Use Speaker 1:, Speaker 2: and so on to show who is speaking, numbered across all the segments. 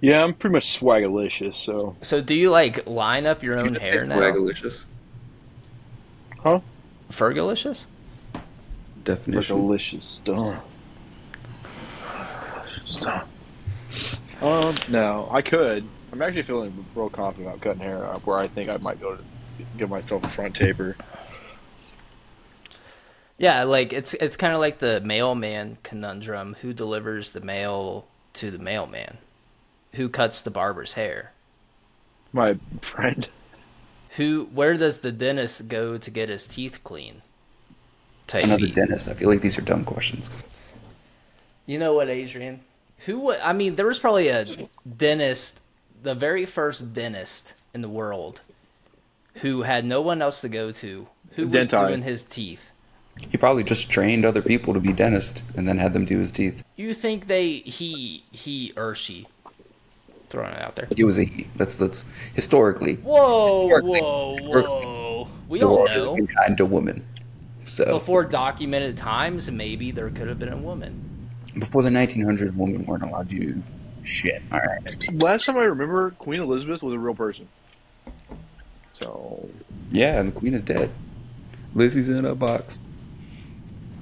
Speaker 1: Yeah, I'm pretty much swagalicious, so.
Speaker 2: So do you like line up your own hair now?
Speaker 3: Swagalicious
Speaker 1: Huh?
Speaker 2: Fergalicious?
Speaker 1: Like
Speaker 3: definition.
Speaker 1: delicious stuff. Um, no, I could. I'm actually feeling real confident about cutting hair up where I think I might be able to give myself a front taper.
Speaker 2: Yeah, like it's it's kind of like the mailman conundrum. Who delivers the mail to the mailman? Who cuts the barber's hair?
Speaker 1: My friend.
Speaker 2: Who? Where does the dentist go to get his teeth clean? Type E.
Speaker 3: Another
Speaker 2: beat.
Speaker 3: dentist. I feel like these are dumb questions.
Speaker 2: You know what, Adrian? Who? wa- I mean, there was probably a dentist, the very first dentist in the world, who had no one else to go to. Who was
Speaker 1: Denti.
Speaker 2: doing his teeth?
Speaker 3: He probably just trained other people to be dentists and then had them do his teeth.
Speaker 2: You think they he he or she? Throwing it out there.
Speaker 3: It was a he. That's that's historically
Speaker 2: Whoa,
Speaker 3: Historically-
Speaker 2: whoa,
Speaker 3: historically,
Speaker 2: whoa! We
Speaker 3: the
Speaker 2: all
Speaker 3: world has
Speaker 2: know.
Speaker 3: been kind to women. So before,
Speaker 2: Before documented times, maybe there could have been a woman.
Speaker 3: the 1900s, women weren't allowed to do shit. All right.
Speaker 1: Last time I remember, Queen Elizabeth was a real person. So.
Speaker 3: Yeah, and the queen is dead. Lizzie's in a box.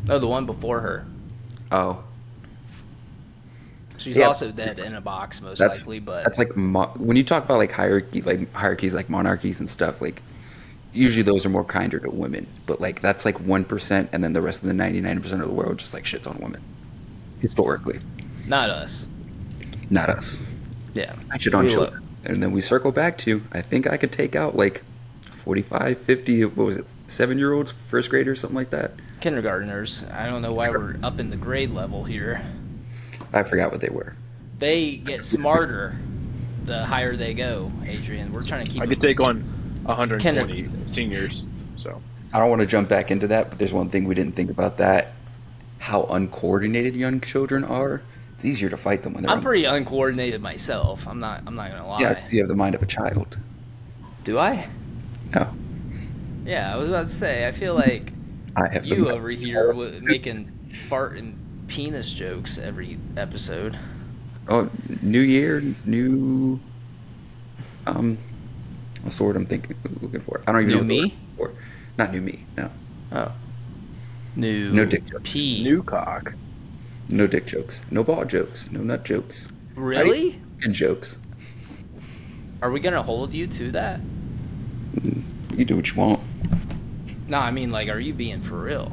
Speaker 2: No, the one before her.
Speaker 3: Oh,
Speaker 2: She's
Speaker 3: Yeah.
Speaker 2: also dead in a box, most
Speaker 3: that's
Speaker 2: likely. But
Speaker 3: that's like mo- when you talk about like hierarchy, like hierarchies, like monarchies and stuff. Like usually those are more kinder to women, but like that's like one percent, and then the rest of the 99 percent of the world just like shits on women. Historically,
Speaker 2: not us. uh,
Speaker 3: not us.
Speaker 2: Yeah.
Speaker 3: I shit on
Speaker 2: We
Speaker 3: children. And then we circle back to I think I could take out like 45, 50, what was it, seven year olds, first graders, something like that.
Speaker 2: kindergarteners. I don't know why we're up in the grade level here.
Speaker 3: I forgot what they were.
Speaker 2: They get smarter the higher they go, Adrian. We're trying to keep
Speaker 1: I could
Speaker 2: them-
Speaker 1: take on 120 seniors. So
Speaker 3: I don't want to jump back into that, but there's one thing we didn't think about that how uncoordinated young children are. It's easier to fight them when they're.
Speaker 2: I'm pretty uncoordinated myself. I'm not I'm not going to lie.
Speaker 3: Yeah, 'cause you have the mind of a child.
Speaker 2: Do I?
Speaker 3: No,
Speaker 2: Yeah, I was about to say I feel like
Speaker 3: I have the
Speaker 2: you
Speaker 3: mind
Speaker 2: over
Speaker 3: of a
Speaker 2: here
Speaker 3: child.
Speaker 2: w- making fart and penis jokes every episode.
Speaker 3: Oh, new year, new. Um, what's the word I'm thinking, looking for? I don't even
Speaker 2: New
Speaker 3: know what the
Speaker 2: me?
Speaker 3: word I'm looking for. Not new me. No,
Speaker 2: Oh. New
Speaker 3: No dick jokes.
Speaker 2: P.
Speaker 1: new cock.
Speaker 3: no dick jokes, no ball jokes, no nut jokes,
Speaker 2: Really?
Speaker 3: skin jokes.
Speaker 2: Are we going to hold you to that?
Speaker 3: You do what you want.
Speaker 2: No, I mean, like, are you being for real?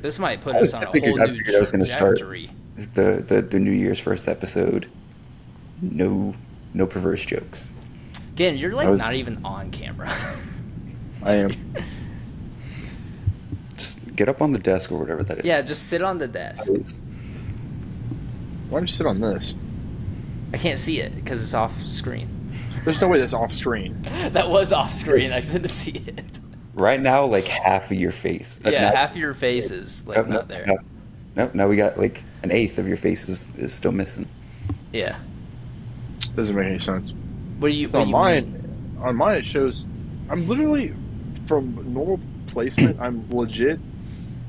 Speaker 2: This might put
Speaker 3: I
Speaker 2: us
Speaker 3: was-
Speaker 2: on a
Speaker 3: I
Speaker 2: whole
Speaker 3: figured- I
Speaker 2: new
Speaker 3: figured I was gonna start.
Speaker 2: trajectory.
Speaker 3: The the the New Year's first episode. No, no perverse jokes.
Speaker 2: Again, you're like
Speaker 1: I was-
Speaker 2: not even on camera.
Speaker 1: I am.
Speaker 3: Just get up on the desk or whatever that is.
Speaker 2: yeah, just sit on the desk.
Speaker 3: Just...
Speaker 1: Why don't you sit on this?
Speaker 2: I can't see it because it's off screen.
Speaker 1: There's no way that's off screen.
Speaker 2: That was off screen. I didn't see it.
Speaker 3: Right now, like half of your face. Uh,
Speaker 2: Yeah,
Speaker 3: now-
Speaker 2: half your face is like
Speaker 3: no,
Speaker 2: not there.
Speaker 3: no. Nope, now we got like an eighth of your face is, is still missing.
Speaker 2: Yeah.
Speaker 1: Doesn't make any sense.
Speaker 2: What do you? What do
Speaker 1: On
Speaker 2: you mean?
Speaker 1: mine, on mine it shows. I'm literally from normal placement. I'm legit,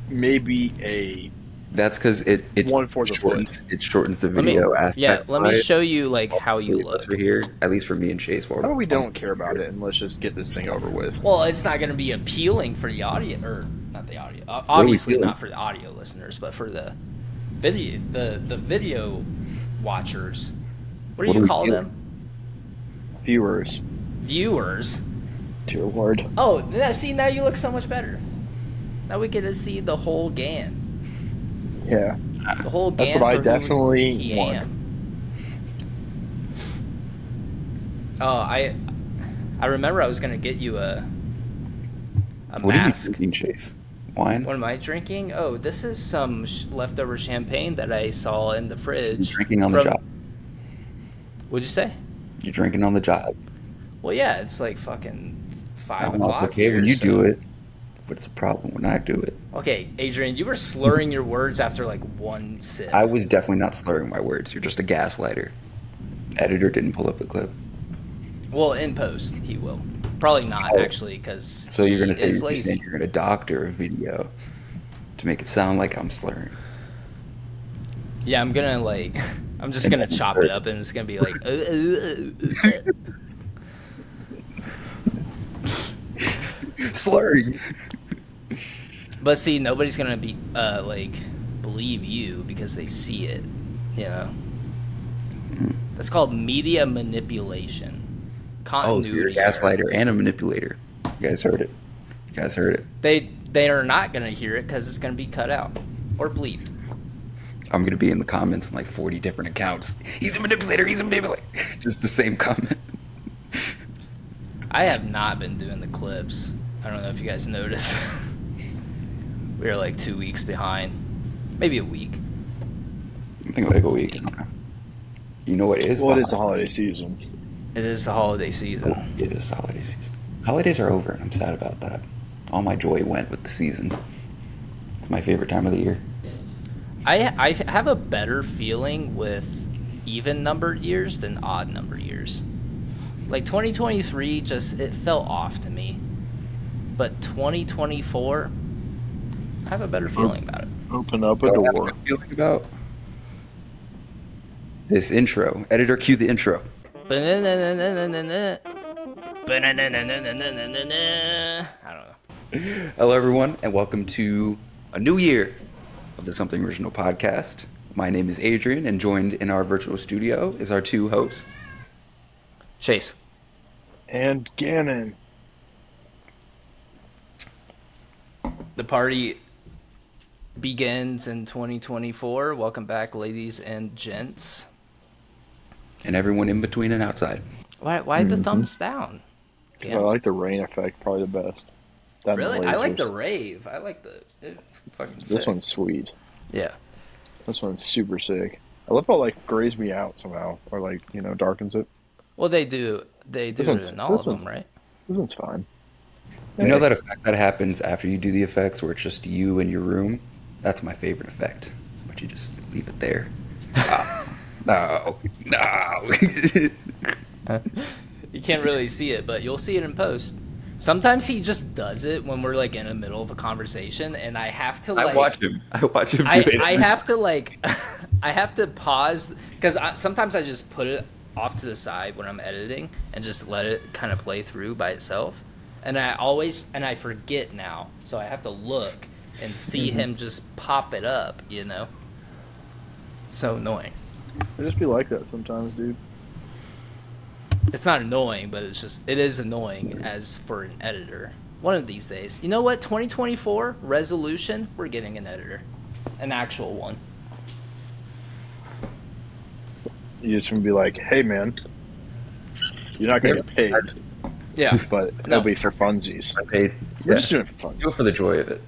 Speaker 1: maybe a
Speaker 3: That's because it it
Speaker 1: One fourth of a foot.
Speaker 3: shortens it shortens the
Speaker 2: Let me,
Speaker 3: video aspect.
Speaker 2: yeah, let me
Speaker 3: right?
Speaker 2: show you like how you
Speaker 3: Three of us
Speaker 2: look.
Speaker 3: are here, at least for me and Chase. While
Speaker 1: How about we don't care about it and let's just get this thing over with?
Speaker 2: Well, it's not going to be appealing for the audio, or not the audio. o-
Speaker 3: are we
Speaker 2: Obviously,
Speaker 3: feeling?
Speaker 2: not for the audio listeners, but for the video, the the video watchers. What do
Speaker 3: What
Speaker 2: you
Speaker 3: are we
Speaker 2: call
Speaker 3: feeling?
Speaker 2: them?
Speaker 1: Viewers,
Speaker 2: Viewers.
Speaker 1: dear lord.
Speaker 2: Oh, now, see, now you look so much better. Now we get to see the whole GAN.
Speaker 1: Yeah,
Speaker 2: The whole
Speaker 1: That's
Speaker 2: GAN.
Speaker 1: what I
Speaker 2: for who
Speaker 1: definitely
Speaker 2: he
Speaker 1: want.
Speaker 2: am. Oh, I, I remember I was gonna get you a, a
Speaker 3: What
Speaker 2: mask.
Speaker 3: are you drinking, Chase? Wine.
Speaker 2: What am I drinking? Oh, this is some sh- leftover champagne that I saw in the
Speaker 3: You're
Speaker 2: fridge.
Speaker 3: drinking on the
Speaker 2: from-
Speaker 3: job.
Speaker 2: What'd you say?
Speaker 3: You're drinking on the job.
Speaker 2: Well, yeah, it's like fucking five
Speaker 3: That's
Speaker 2: o'clock.
Speaker 3: okay when
Speaker 2: here,
Speaker 3: you
Speaker 2: so-
Speaker 3: do it, but it's a problem when I do it.
Speaker 2: Okay, Adrian, you were slurring your words after like one sip.
Speaker 3: I was definitely not slurring my words. You're just a gaslighter. Editor didn't pull up the clip.
Speaker 2: well, in post, he will. Probably not
Speaker 3: Oh.
Speaker 2: actually, because
Speaker 3: So you're gonna
Speaker 2: he
Speaker 3: say
Speaker 2: is
Speaker 3: you're, saying
Speaker 2: lazy.
Speaker 3: you're gonna doctor a video to make it sound like I'm slurring.
Speaker 2: Yeah, I'm gonna like I'm just gonna chop it up and it's gonna be like. "Uh, uh, uh, uh."
Speaker 3: Slurring.
Speaker 2: But see, nobody's gonna be uh, like believe you because they see it. You know,
Speaker 3: Hmm.
Speaker 2: that's called media manipulation.
Speaker 3: Oh,
Speaker 2: Continuity.
Speaker 3: so you're a gaslighter and a manipulator. You guys heard it. You guys heard it.
Speaker 2: They they are not gonna hear it because it's gonna be cut out or bleeped.
Speaker 3: I'm gonna be in the comments in like 40 different accounts. He's a manipulator. He's a manipulator. Just the same comment.
Speaker 2: I have not been doing the clips. I don't know if you guys noticed. we were like two weeks behind, maybe a week.
Speaker 3: I think like a week. You know what it is?
Speaker 1: Well, it is the
Speaker 3: Bob?
Speaker 1: holiday season.
Speaker 2: It is the holiday season.
Speaker 3: It is holiday season. Holidays are over, and I'm sad about that. All my joy went with the season. It's my favorite time of the year.
Speaker 2: I I have a better feeling with even numbered years than odd number years. Like 2023 just it felt off to me. But 2024 I have a better feeling about it.
Speaker 1: Open up a door.
Speaker 3: feeling about this intro. Editor, cue the intro.
Speaker 2: Ba-na-na-na-na-na-na. Ba-na-na-na-na-na-na-na. I don't know.
Speaker 3: Hello, everyone, and welcome to a new year of the Something Original podcast. My name is Adrian, and joined in our virtual studio is our two hosts.
Speaker 2: Chase.
Speaker 1: And Gannon.
Speaker 2: The party begins in 2024. Welcome back ladies and gents.
Speaker 3: And everyone in between and outside.
Speaker 2: Why why the thumbs down?
Speaker 1: I like the rain effect probably the best. That and
Speaker 2: Really? I like the
Speaker 1: lasers.
Speaker 2: rave. I like the it's fucking
Speaker 1: This
Speaker 2: sick.
Speaker 1: one's sweet.
Speaker 2: Yeah.
Speaker 1: This one's super sick. I love how like grays me out somehow, or like you know darkens it.
Speaker 2: Well, they do. They do
Speaker 1: This
Speaker 2: it
Speaker 1: one's-
Speaker 2: in all
Speaker 1: this
Speaker 2: of them,
Speaker 1: one's-
Speaker 2: right?
Speaker 1: This one's fine.
Speaker 3: You know that effect that happens after you do the effects where it's just you in your room? That's my favorite effect. But you just leave it there. Ah, no. No.
Speaker 2: You can't really see it, but you'll see it in post. Sometimes he just does it when we're like in the middle of a conversation, and I have to like.
Speaker 3: I watch him. I watch him do
Speaker 2: I,
Speaker 3: it.
Speaker 2: I have to like, I have to pause because sometimes I just put it off to the side when I'm editing and just let it kind of play through by itself. And I always and I forget now, so I have to look and see
Speaker 3: Mm-hmm.
Speaker 2: him just pop it up. You know, so annoying.
Speaker 1: It just be like that sometimes, dude.
Speaker 2: It's not annoying, but it's just it is annoying as for an editor. One of these days, you know what? 2024 resolution, we're getting an editor, an actual one.
Speaker 1: You just gonna be like, hey man, you're not gonna get paid,
Speaker 2: Yeah,
Speaker 1: but it'll
Speaker 2: No.
Speaker 1: be for funsies.
Speaker 3: I paid.
Speaker 1: We're
Speaker 3: Yeah.
Speaker 1: just doing it for
Speaker 3: Do
Speaker 1: funsies.
Speaker 3: it for the joy of it.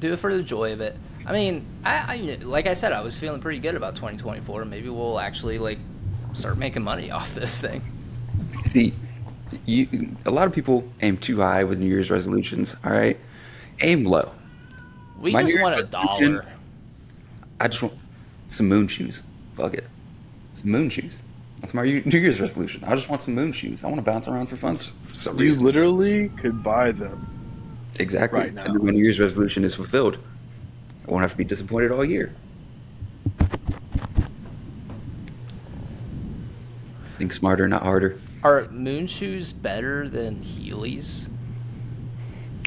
Speaker 2: do it for the joy of it. I mean, I, I like I said, I was feeling pretty good about 2024. Maybe we'll actually like start making money off this thing.
Speaker 3: See, you, a lot of people aim too high with New Year's resolutions, all right? Aim low.
Speaker 2: We
Speaker 3: My New
Speaker 2: just
Speaker 3: Year's
Speaker 2: want a
Speaker 3: resolution-
Speaker 2: dollar.
Speaker 3: I just want some moon shoes. Fuck it. Some moon shoes. That's my New Year's resolution. I just want some moon shoes. I want to bounce around for fun for for some
Speaker 1: You
Speaker 3: reason.
Speaker 1: literally could buy them.
Speaker 3: Exactly.
Speaker 1: Right now.
Speaker 3: And when New Year's resolution is fulfilled, I won't have to be disappointed all year. Think smarter, not harder.
Speaker 2: Are moon shoes better than Heelys?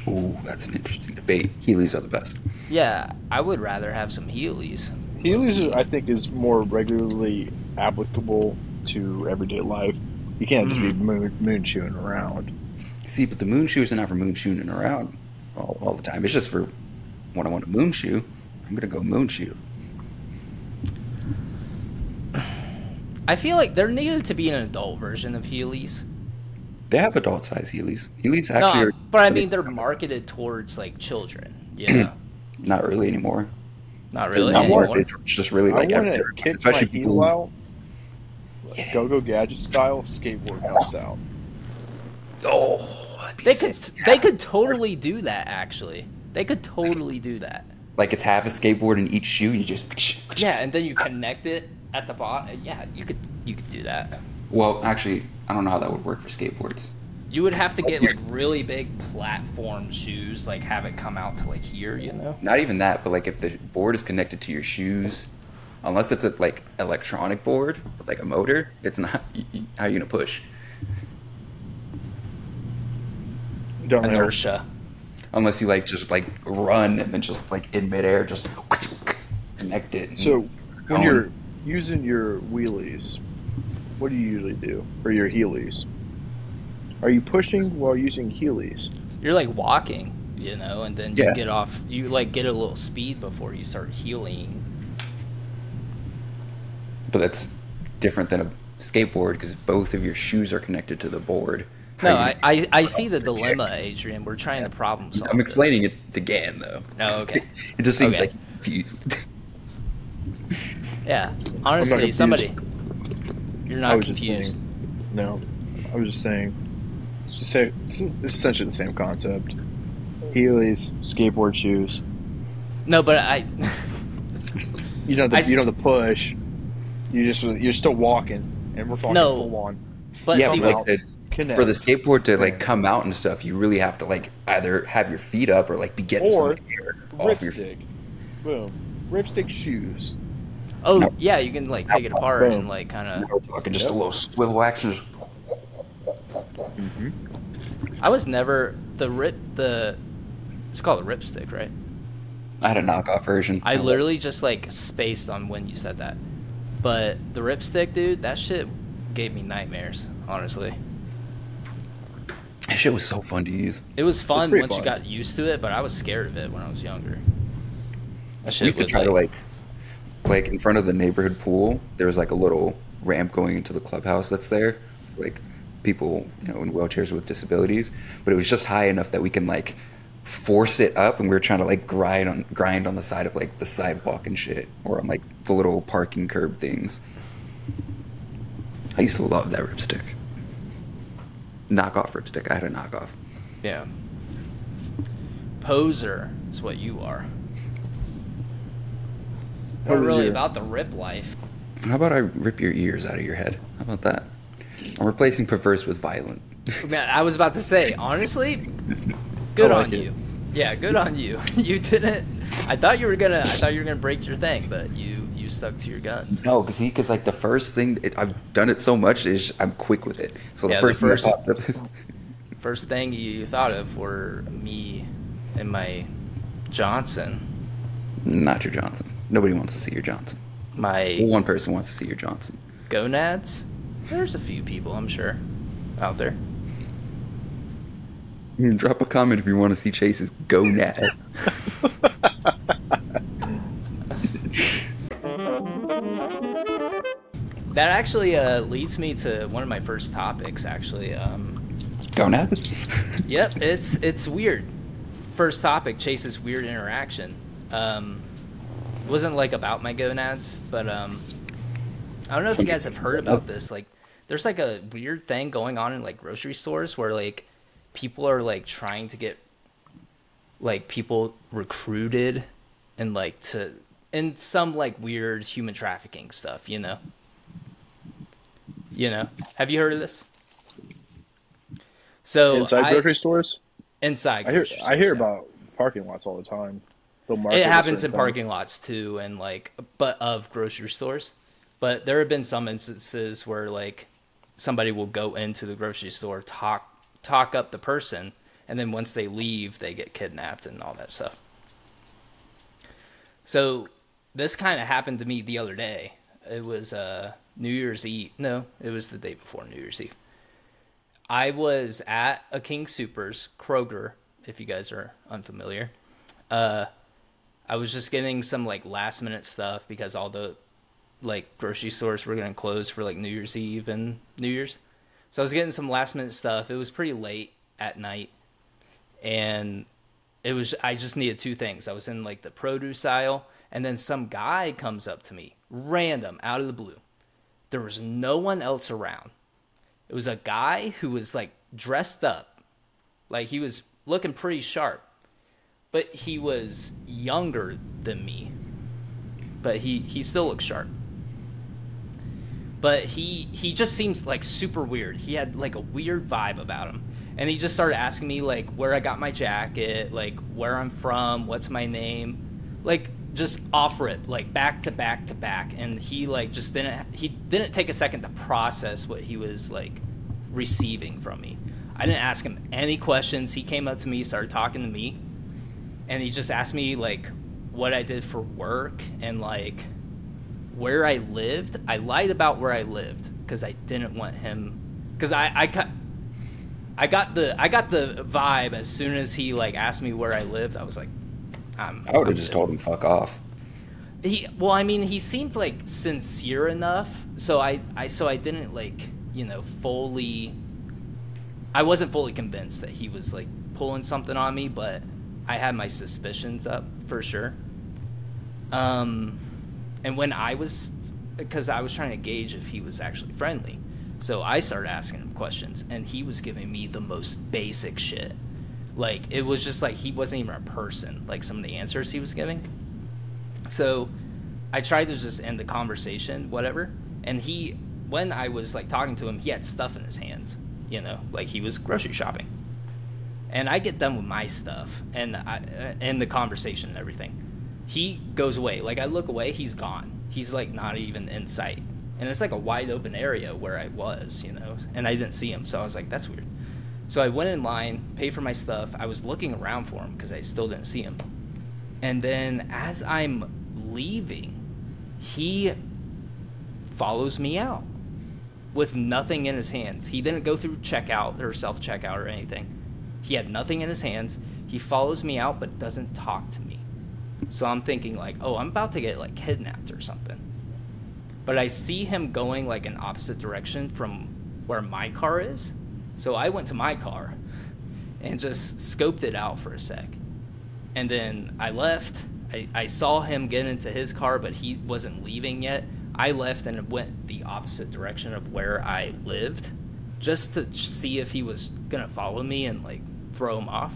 Speaker 3: Ooh, that's an interesting debate. Heelys are the best.
Speaker 2: Yeah, I would rather have some Heelys.
Speaker 1: Heelys, I think, is more regularly applicable to everyday life. You can't just be
Speaker 3: Mm.
Speaker 1: moon, moon chewing around.
Speaker 3: See, but the moon shoes are not for moon shooting around all, all the time. It's just for when I want a moon shoe, I'm gonna go moon shoe.
Speaker 2: I feel like there needed to be an adult version of Heelys.
Speaker 3: They have adult size Heelys. Heelys
Speaker 2: No,
Speaker 3: actually, are,
Speaker 2: but I mean they're marketed towards like children. Yeah,
Speaker 3: not really anymore.
Speaker 2: not really.
Speaker 1: I
Speaker 2: anymore.
Speaker 1: want-
Speaker 3: It's just really like
Speaker 1: I want to
Speaker 3: everywhere,
Speaker 1: kick my
Speaker 3: especially
Speaker 1: heel
Speaker 3: people.
Speaker 1: out, like go-go gadget style, skateboard helps out.
Speaker 3: Oh, that'd be
Speaker 2: They
Speaker 3: sick.
Speaker 2: could they could totally do that. Actually, they could totally do that.
Speaker 3: like it's half a skateboard in each shoe. You just
Speaker 2: Yeah, and then you connect it at the bottom. Yeah, you could you could do that.
Speaker 3: Well, actually, I don't know how that would work for skateboards.
Speaker 2: You would have to get like really big platform shoes, like have it come out to like here, you know.
Speaker 3: Not even that, but like if the board is connected to your shoes, unless it's a like electronic board with like a motor. It's not y- y- how you gonna push.
Speaker 1: Don't know.
Speaker 2: Inertia.
Speaker 3: Unless you like just like run and then just like in midair just connect it. and-
Speaker 2: Mm.
Speaker 1: So, when
Speaker 3: Going.
Speaker 1: you're using your wheelies, what do you usually do? Or your heelies? Are you pushing while using heelies?
Speaker 2: You're like walking, you know, and then you
Speaker 3: Yeah.
Speaker 2: get off. You like get a little speed before you start healing.
Speaker 3: but that's different than a skateboard because both of your shoes are connected to the board. How
Speaker 2: No,
Speaker 3: you-
Speaker 2: I, I, I see the dilemma, Adrian. We're trying to problem solve.
Speaker 3: I'm
Speaker 2: this.
Speaker 3: explaining it again though.
Speaker 2: Oh, okay.
Speaker 3: it just seems
Speaker 2: Okay.
Speaker 3: like you're confused.
Speaker 2: Yeah, honestly,
Speaker 1: confused.
Speaker 2: somebody, you're
Speaker 1: I
Speaker 2: not
Speaker 1: was just
Speaker 2: confused.
Speaker 1: saying. No, I was just saying. It's, just say, it's es- it's essentially the same concept. Heelys, skateboard shoes.
Speaker 2: No, but I,
Speaker 1: You don't.
Speaker 2: I
Speaker 1: Have
Speaker 2: s-
Speaker 1: to, you don't have to push. You just. You're still walking, and we're talking
Speaker 2: No.
Speaker 1: full on.
Speaker 2: but
Speaker 3: yeah,
Speaker 2: see,
Speaker 3: but like
Speaker 1: Somehow
Speaker 3: the, for the skateboard to like
Speaker 1: Yeah.
Speaker 3: come out and stuff, you really have to like either have your feet up or like be getting some
Speaker 1: Or
Speaker 3: air off your feet.
Speaker 1: ripstick. Boom. Ripstick shoes.
Speaker 2: oh
Speaker 3: No.
Speaker 2: yeah, you can like take it apart
Speaker 1: Boom.
Speaker 2: and like kind of.
Speaker 3: We're talking just a little swivel action. just-
Speaker 2: I was never the rip the. It's called a ripstick, right?
Speaker 3: I had a knockoff version.
Speaker 2: I
Speaker 3: love-
Speaker 2: literally just like spaced on when you said that. But the ripstick, dude, that shit gave me nightmares. Honestly,
Speaker 3: that shit was so fun to use.
Speaker 2: it was fun
Speaker 1: pretty
Speaker 2: once you
Speaker 1: fun.
Speaker 2: got used to it, but I was scared of it when I was younger. That shit
Speaker 3: we used to
Speaker 2: was,
Speaker 3: try to like like in front of the neighborhood pool there was like a little ramp going into the clubhouse that's there for, like people you know in wheelchairs with disabilities but it was just high enough that we can like force it up and we were trying to like grind on grind on the side of like the sidewalk and shit or on like the little parking curb things i used to love that ripstick knockoff ripstick i had a knockoff
Speaker 2: yeah. Poser is what you are. We're
Speaker 1: Poser.
Speaker 2: really about the rip life.
Speaker 3: how about i rip your ears out of your head how about that i'm replacing perverse with violent
Speaker 2: Man, I was about to say, honestly, good
Speaker 1: I like
Speaker 2: on
Speaker 1: it.
Speaker 2: you. Yeah, good on you. you didn't. I thought you were gonna. I thought you were gonna break your thing, but you you stuck to your guns.
Speaker 3: No, because he because like the first thing it, I've done it so much is I'm quick with it. So
Speaker 2: Yeah, the
Speaker 3: the first, thing that
Speaker 2: first-
Speaker 3: popped up is
Speaker 2: First thing you thought of were me and my Johnson,
Speaker 3: not your Johnson. Nobody wants to see your Johnson. Well,
Speaker 2: my
Speaker 3: one person wants to see your Johnson.
Speaker 2: gonads. There's a few people I'm sure out there.
Speaker 3: Drop a comment if you want to see Chase's gonads.
Speaker 2: That actually uh, leads me to one of my first topics. Actually, um,
Speaker 3: gonads.
Speaker 2: yep, it's it's weird. First topic: Chase's weird interaction. Um, wasn't like about my gonads, but um, I don't know if you guys have heard about this. Like, there's like a weird thing going on in like grocery stores where like people are like trying to get like people recruited and like to and some like weird human trafficking stuff. You know. You know. Have you heard of this? So
Speaker 1: Inside
Speaker 2: Oh, I-
Speaker 1: grocery stores.
Speaker 2: inside.
Speaker 1: I hear.
Speaker 2: grocery
Speaker 1: I hear
Speaker 2: stores, yeah.
Speaker 1: about parking lots all the time. They'll market
Speaker 2: It
Speaker 1: a
Speaker 2: happens in
Speaker 1: certain thing.
Speaker 2: parking lots too, and like, but of grocery stores. But there have been some instances where like somebody will go into the grocery store, talk talk up the person, and then once they leave, they get kidnapped and all that stuff. So this kind of happened to me the other day. It was uh, New Year's Eve. No, it was the day before New Year's Eve. I was at a King Supers, Kroger, if you guys are unfamiliar. I was just getting some like last minute stuff because all the like grocery stores were going to close for like New Year's Eve and New Year's. So I was getting some last minute stuff. It was pretty late at night and it was I just needed two things. I was in like the produce aisle and then some guy comes up to me random out of the blue. There was no one else around. It was a guy who was like dressed up. Like he was looking pretty sharp but he was younger than me. But he he still looked sharp. But he he just seems like super weird. He had like a weird vibe about him. And he just started asking me like where I got my jacket, like where I'm from, what's my name. Like just offer it like back to back to back, and he like just didn't he didn't take a second to process what he was like receiving from me. I didn't ask him any questions. He came up to me, started talking to me, and he just asked me like what I did for work and like where I lived. I lied about where I lived because I didn't want him because I I cut. I got the I got the vibe as soon as he like asked me where I lived. I was like, I'm,
Speaker 3: I
Speaker 2: I'm
Speaker 3: would have just
Speaker 2: good.
Speaker 3: told him fuck off.
Speaker 2: He well, I mean, he seemed like sincere enough, so I I so I didn't like you know fully. I wasn't fully convinced that he was like pulling something on me, but I had my suspicions up for sure. Um, and when I was, because I was trying to gauge if he was actually friendly, so I started asking him questions, and he was giving me the most basic shit. Like it was just like he wasn't even a person. Like some of the answers he was giving. So I tried to just end the conversation, whatever. And he, when I was like talking to him, he had stuff in his hands, you know, like he was grocery shopping. And I get done with my stuff and I uh, end the conversation and everything. He goes away. Like I look away, he's gone. He's like not even in sight. And it's like a wide open area where I was, you know, and I didn't see him. So I was like, that's weird. So I went in line, paid for my stuff. I was looking around for him because I still didn't see him. And then as I'm leaving, he follows me out with nothing in his hands. He didn't go through checkout or self checkout or anything. He had nothing in his hands. He follows me out but doesn't talk to me. So I'm thinking like, oh, I'm about to get like kidnapped or something. But I see him going like an opposite direction from where my car is. So I went to my car and just scoped it out for a sec and then I left. I, I saw him get into his car, but he wasn't leaving yet. I left and went the opposite direction of where I lived, just to see if he was gonna follow me and like throw him off.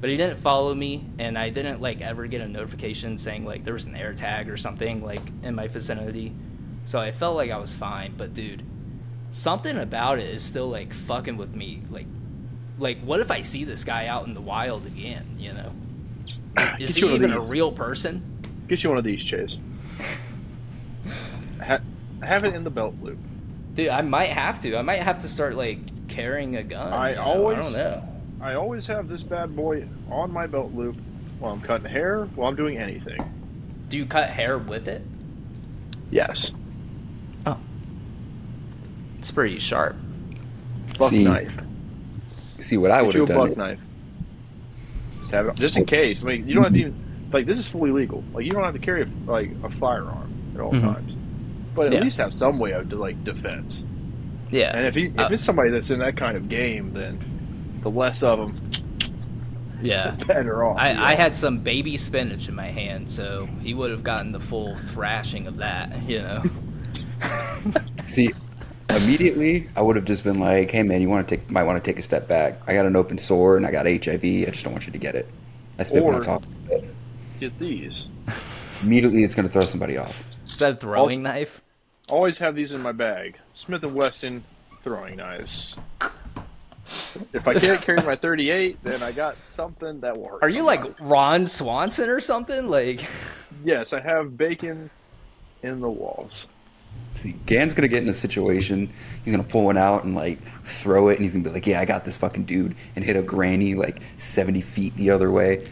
Speaker 2: But he didn't follow me, and I didn't like ever get a notification saying like there was an air tag or something like in my vicinity. So I felt like I was fine. But dude, something about it is still like fucking with me. Like, like what if I see this guy out in the wild again? You know. Is
Speaker 1: Get
Speaker 2: he
Speaker 1: you one of
Speaker 2: even a
Speaker 1: these.
Speaker 2: real person?
Speaker 1: Get you one of these, Chase. Ha- have it in the belt loop.
Speaker 2: Dude, I might have to. I might have to start like carrying a gun.
Speaker 1: I
Speaker 2: you know? I
Speaker 1: always-
Speaker 2: don't know.
Speaker 1: I always have this bad boy on my belt loop while I'm cutting hair, while I'm doing anything.
Speaker 2: Do you cut hair with it?
Speaker 1: Yes.
Speaker 2: Oh, it's pretty sharp.
Speaker 1: Buck
Speaker 3: See,
Speaker 1: knife.
Speaker 3: See what I
Speaker 1: Get
Speaker 3: would
Speaker 1: you a
Speaker 3: have
Speaker 1: buck
Speaker 3: done. It.
Speaker 1: knife. Just have it just in case. I mean, you don't have to even like this is fully legal. Like you don't have to carry like a firearm at all
Speaker 2: Mhm.
Speaker 3: Mm-hmm.
Speaker 1: times. But at
Speaker 2: Yeah.
Speaker 1: least have some way of like defense.
Speaker 2: Yeah.
Speaker 1: And if he, if
Speaker 2: Uh,
Speaker 1: it's somebody that's in that kind of game, then the less of them,
Speaker 2: yeah.
Speaker 1: the better off.
Speaker 2: I,
Speaker 1: you
Speaker 2: I
Speaker 1: are.
Speaker 2: had some baby spinach in my hand, so he would have gotten the full thrashing of that, you know.
Speaker 3: See, immediately I would have just been like, "Hey man, you want to take might want to take a step back. I got an open sore and I got HIV. I just don't want you to get it." I spit when I
Speaker 1: Or-
Speaker 3: talk. about it.
Speaker 1: get these.
Speaker 3: Immediately, it's going to throw somebody off.
Speaker 2: Is that a throwing
Speaker 1: Also-
Speaker 2: knife?
Speaker 1: Always have these in my bag. Smith and Wesson throwing knives. If I can't carry my 38, then I got something that will hurt.
Speaker 2: Are you like
Speaker 1: somebody.
Speaker 2: Ron Swanson or something? Like,
Speaker 1: Yes, I have bacon in the walls.
Speaker 3: See, Gan's gonna get in a situation. He's gonna pull one out and like throw it, and he's gonna be like, "Yeah, I got this fucking dude," and hit a granny like seventy feet the other way.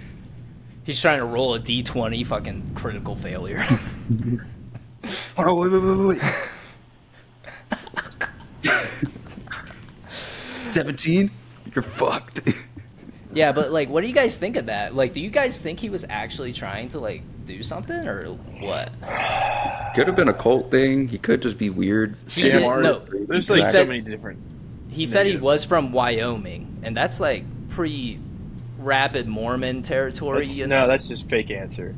Speaker 2: he's trying to roll a d20 fucking critical failure.
Speaker 3: Hold on, wait, wait, wait, wait, wait. Seventeen, you're fucked.
Speaker 2: Yeah, but like, what do you guys think of that? Like, do you guys think he was actually trying to like do something or what?
Speaker 3: could have been a cult thing. He could just be weird.
Speaker 2: He did-
Speaker 1: art.
Speaker 2: no,
Speaker 1: There's like
Speaker 3: He
Speaker 1: so
Speaker 2: said-
Speaker 1: many different.
Speaker 2: He said he
Speaker 1: Negative.
Speaker 2: was from Wyoming, and that's like pretty rabid Mormon territory.
Speaker 1: That's-
Speaker 2: you know?
Speaker 1: no, that's just fake answer.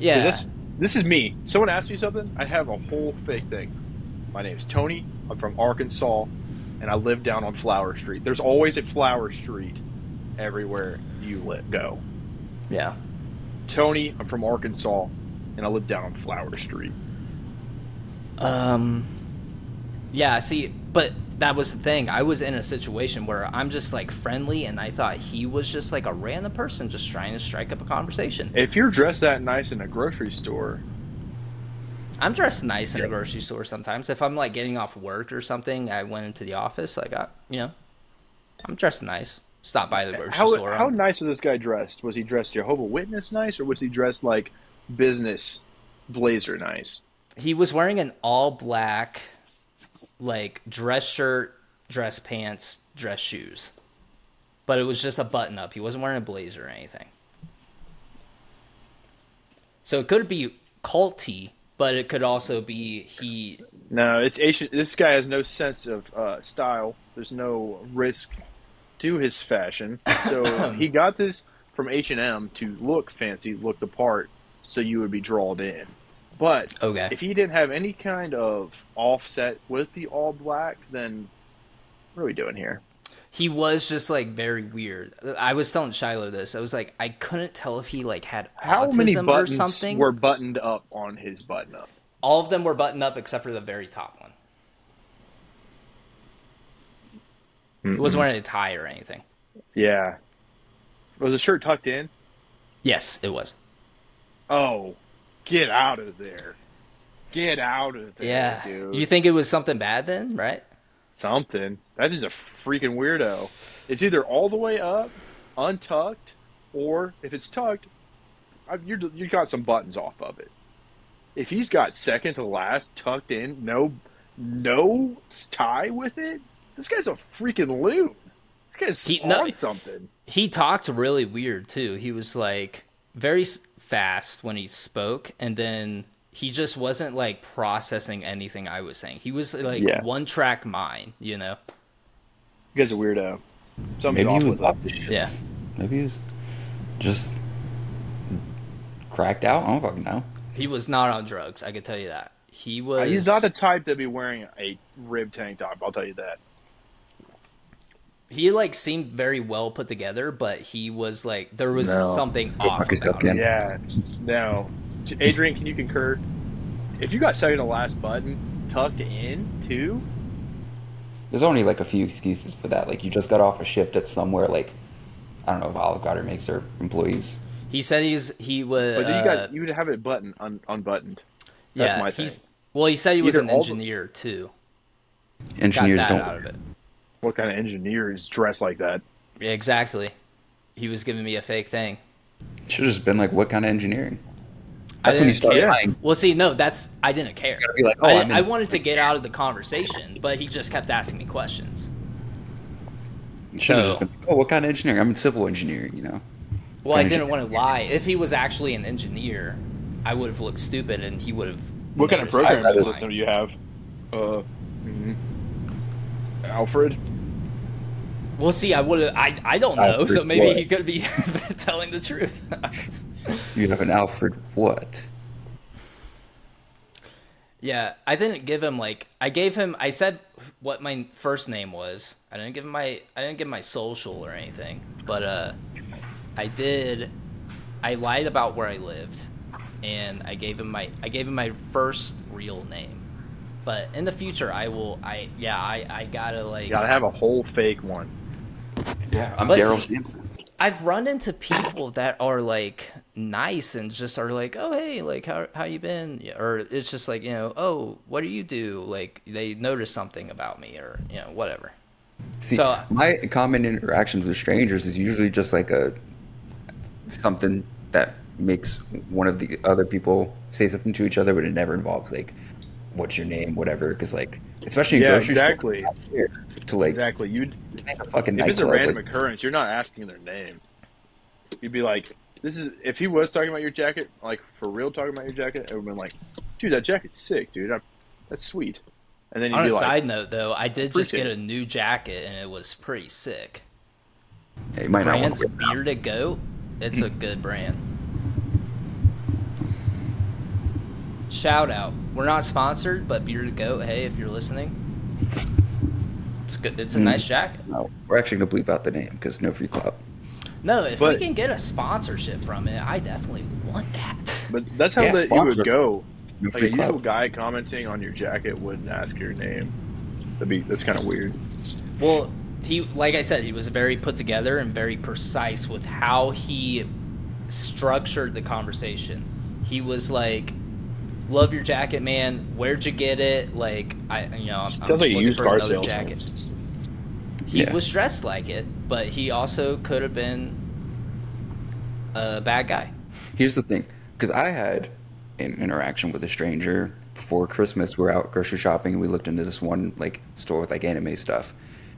Speaker 2: yeah,
Speaker 1: This, this is me. Someone asks me something, I have a whole fake thing. My name's Tony. I'm from Arkansas, and I live down on Flower Street. There's always a Flower Street everywhere you let go.
Speaker 2: yeah.
Speaker 1: Tony, I'm from Arkansas, and I live down on Flower Street.
Speaker 2: Um, Yeah, see, but that was the thing. I was in a situation where I'm just like friendly, and I thought he was just like a random person just trying to strike up a conversation.
Speaker 1: If you're dressed that nice in a grocery store,
Speaker 2: I'm dressed nice in a
Speaker 1: Yeah.
Speaker 2: grocery store sometimes. If I'm like getting off work or something, I went into the office. I got you know, I'm dressed nice. Stop by the grocery
Speaker 1: how,
Speaker 2: store.
Speaker 1: how
Speaker 2: I'm-
Speaker 1: nice was this guy dressed? Was he dressed Jehovah Witness nice, or was he dressed like business blazer nice?
Speaker 2: he was wearing an all black, like dress shirt, dress pants, dress shoes, but it was just a button up. He wasn't wearing a blazer or anything. So it could be culty, but it could also be he.
Speaker 1: No, it's Asian. This guy has no sense of uh, style. There's no risk to his fashion. So he got this from H and M to look fancy, look the part, so you would be drawn in. But
Speaker 2: Okay.
Speaker 1: if he didn't have any kind of offset with the all black, then what are we doing here?
Speaker 2: he was just like very weird. I was telling Shiloh this. I was like, I couldn't tell if he like had
Speaker 1: How
Speaker 2: autism
Speaker 1: many
Speaker 2: or
Speaker 1: buttons
Speaker 2: something.
Speaker 1: were buttoned up on his button up?
Speaker 2: All of them were buttoned up except for the very top one. He wasn't wearing a tie or anything.
Speaker 1: Yeah. Was the shirt tucked in?
Speaker 2: Yes, it was.
Speaker 1: Oh, get out of there. Get out of there,
Speaker 2: Yeah.
Speaker 1: dude.
Speaker 2: You think it was something bad then, right?
Speaker 1: Something. That is a freaking weirdo. It's either all the way up, untucked, or if it's tucked, I- you're, you got some buttons off of it. If he's got second to last tucked in, no, no tie with it. This guy's a freaking loon. This guy's
Speaker 2: He-
Speaker 1: on
Speaker 2: no-
Speaker 1: something.
Speaker 2: He talked really weird too. He was like very s- fast when he spoke and then he just wasn't like processing anything I was saying. He was like
Speaker 1: Yeah.
Speaker 2: one track mind, you know.
Speaker 1: You guy's a weirdo. Something's
Speaker 3: Maybe
Speaker 1: off
Speaker 3: he
Speaker 1: with
Speaker 3: was
Speaker 1: him.
Speaker 3: off the shits. Maybe he was just cracked out. I don't fucking know.
Speaker 2: He was not on drugs, I could tell you that. He was
Speaker 1: Uh, He's not the type to be wearing a rib tank top. I'll tell you that.
Speaker 2: he like seemed very well put together, but he was like there was
Speaker 1: No.
Speaker 2: something
Speaker 3: Go
Speaker 2: off
Speaker 3: fuck yourself,
Speaker 2: about him.
Speaker 3: Ken.
Speaker 1: Yeah, no. Adrian, can you concur? If you got second to last button tucked in too,
Speaker 3: There's only like a few excuses for that. Like you just got off a shift at somewhere like I don't know if Olive Garden makes their employees.
Speaker 2: He said he was he was
Speaker 1: but then you
Speaker 2: uh,
Speaker 1: got you would have it button un, unbuttoned. That's my thing.
Speaker 2: he's- Well, he said he was
Speaker 1: Either
Speaker 2: an
Speaker 1: all the-
Speaker 2: engineer too. Got
Speaker 3: Engineers
Speaker 2: that
Speaker 3: don't.
Speaker 2: out of it.
Speaker 1: What kind of engineer is dressed like that?
Speaker 2: Yeah, exactly. He was giving me a fake thing.
Speaker 3: Should have just been like, what kind of engineering?
Speaker 2: I
Speaker 3: That's when you
Speaker 2: didn't
Speaker 3: start
Speaker 2: care.
Speaker 3: lying.
Speaker 2: Well, see, no, that's I didn't care.
Speaker 3: gotta be like, oh,
Speaker 2: I,
Speaker 3: I'm
Speaker 2: I
Speaker 3: in-
Speaker 2: wanted to get out of the conversation, but he just kept asking me questions.
Speaker 3: Should have
Speaker 2: So-
Speaker 3: just been like, oh, what kind of engineering? I'm in civil engineering, you know.
Speaker 2: Well, I
Speaker 3: Kinda
Speaker 2: didn't
Speaker 3: ju-
Speaker 2: want to lie. If he was actually an engineer, I would have looked stupid, and he would have.
Speaker 1: What kind of
Speaker 2: noticed I
Speaker 1: programming
Speaker 2: was
Speaker 1: system do
Speaker 2: lying.
Speaker 1: you have? Uh, mhm. Alfred.
Speaker 2: Well, see, I would. have I I don't know.
Speaker 3: Alfred
Speaker 2: so maybe
Speaker 3: what?
Speaker 2: he could be telling the truth.
Speaker 3: You have an Alfred what?
Speaker 2: Yeah, I didn't give him like I gave him I said what my first name was. I didn't give him my I didn't give him my social or anything, but uh I did I lied about where I lived and I gave him my I gave him my first real name. But in the future I will I yeah, I I got to like
Speaker 1: You gotta have a whole fake one.
Speaker 3: Yeah, I'm
Speaker 2: But
Speaker 3: Daryl
Speaker 2: see-
Speaker 3: Sampson.
Speaker 2: I've run into people that are like nice and just are like, "Oh, hey, like how how you been?" Yeah, Or it's just like, you know, "Oh, what do you do?" Like they notice something about me or, you know, whatever.
Speaker 3: See,
Speaker 2: So-
Speaker 3: my common interactions with strangers is usually just like a something that makes one of the other people say something to each other, but it never involves like, "What's your name?" Whatever, because like, especially in
Speaker 1: Yeah,
Speaker 3: grocery stores,
Speaker 1: exactly.
Speaker 3: it's not fair to like,
Speaker 1: Exactly. You'd
Speaker 3: it's like a fucking
Speaker 1: if it's a
Speaker 3: nightclub.
Speaker 1: random
Speaker 3: like,
Speaker 1: occurrence, you're not asking their name. You'd be like, "This is." If he was talking about your jacket, like for real, talking about your jacket, it would have been like, "Dude, that jacket's sick, dude. I, that's sweet." And then you'd
Speaker 2: On a
Speaker 1: be like,
Speaker 2: side note though, I did just
Speaker 1: Appreciate
Speaker 2: get
Speaker 1: it.
Speaker 2: a new jacket and it was pretty sick.
Speaker 3: yeah, you might not want
Speaker 2: Brand's
Speaker 3: to.
Speaker 2: Bearded Goat, it's a good brand. Shout out. We're not sponsored, but Bearded Goat, hey, if you're listening, it's good. It's a
Speaker 3: Mm.
Speaker 2: nice jacket.
Speaker 3: No, we're actually gonna bleep out the name because no free club.
Speaker 2: No, if we
Speaker 1: But-
Speaker 2: can get a sponsorship from it, I definitely want that.
Speaker 1: "But that's how
Speaker 3: Yeah,
Speaker 1: that you
Speaker 3: sponsor.
Speaker 1: would go."
Speaker 3: No
Speaker 1: Like a
Speaker 3: free
Speaker 1: usual
Speaker 3: club.
Speaker 1: guy commenting on your jacket wouldn't ask your name. That'd be that's kind of weird.
Speaker 2: Well, he like I said, he was very put together and very precise with how he structured the conversation. He was like, "Love your jacket, man. Where'd you get it? Like, I you know, I'm,
Speaker 1: Sounds
Speaker 2: I'm
Speaker 1: like a
Speaker 2: looking
Speaker 1: used
Speaker 2: for
Speaker 1: car
Speaker 2: another
Speaker 1: salesman.
Speaker 2: jacket." He
Speaker 3: Yeah.
Speaker 2: was dressed like it, but he also could have been a bad guy.
Speaker 3: Here's the thing, because I had an interaction with a stranger before Christmas. We were out grocery shopping and we looked into this one like store with like anime stuff.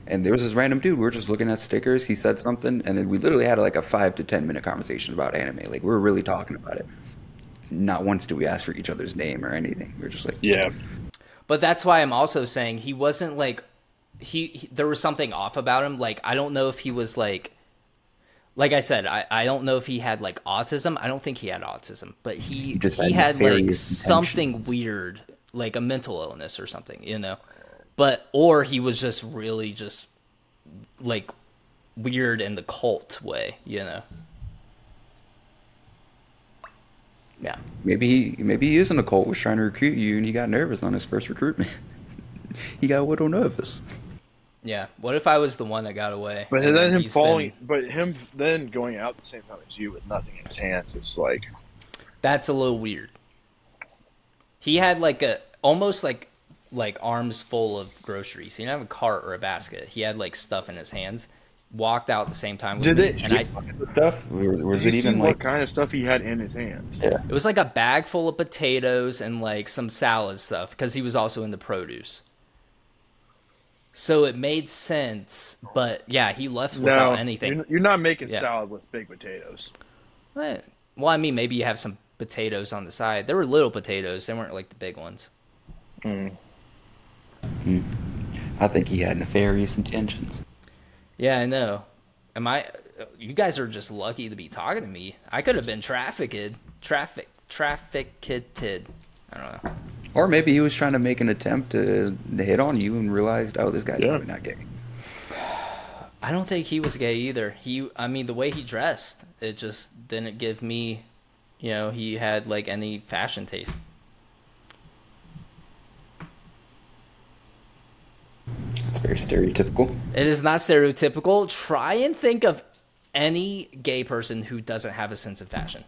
Speaker 3: And there was this random dude. We were just looking at stickers. He said something, and then we literally had like a five to ten minute conversation about anime. Like we were really talking about it. Not once did we ask for each other's name or anything. We were just like,
Speaker 1: Yeah,
Speaker 2: But that's why I'm also saying he wasn't like he, he there was something off about him. Like I don't know if he was like like I said, I, I don't know if he had like autism. I don't think he had autism, but he he,
Speaker 3: just had
Speaker 2: had like
Speaker 3: nefarious
Speaker 2: something weird, like a mental illness or something, you know. But or he was just really just like weird in the cult way, you know. Yeah.
Speaker 3: maybe he maybe he is in a cult was trying to recruit you, and he got nervous on his first recruitment. he got a little nervous.
Speaker 2: Yeah. What if I was the one that got away?
Speaker 1: but
Speaker 2: and
Speaker 1: then him
Speaker 2: he's
Speaker 1: falling,
Speaker 2: been-
Speaker 1: but him then going out at the same time as you with nothing in his hands, it's like
Speaker 2: That's a little weird. He had like a almost like like arms full of groceries. He didn't have a cart or a basket. He had like stuff in his hands. Walked out at the same time with
Speaker 1: Did
Speaker 2: me,
Speaker 1: it-
Speaker 2: and I,
Speaker 3: Stuff was, was
Speaker 1: you
Speaker 3: it
Speaker 1: see
Speaker 3: even
Speaker 1: what
Speaker 3: like
Speaker 1: kind of stuff he had in his hands.
Speaker 3: Yeah.
Speaker 2: it was like a bag full of potatoes and like some salad stuff because he was also in the produce. So it made sense, but yeah, he left without
Speaker 1: No,
Speaker 2: anything.
Speaker 1: You're, you're not making
Speaker 2: Yeah.
Speaker 1: salad with big potatoes.
Speaker 2: What? Well, I mean, maybe you have some potatoes on the side. There were little potatoes; they weren't like the big ones.
Speaker 3: I think he had nefarious intentions.
Speaker 2: Yeah, I know. Am I? You guys are just lucky to be talking to me. I could have been trafficked, traffic, trafficked. I don't know.
Speaker 3: Or maybe he was trying to make an attempt to hit on you and realized, oh, this guy's
Speaker 1: Yeah.
Speaker 3: probably not gay.
Speaker 2: I don't think he was gay either. He, I mean, the way he dressed, it just didn't give me, you know, he had like any fashion taste.
Speaker 3: It's very stereotypical.
Speaker 2: It is not stereotypical. Try and think of any gay person who doesn't have a sense of fashion.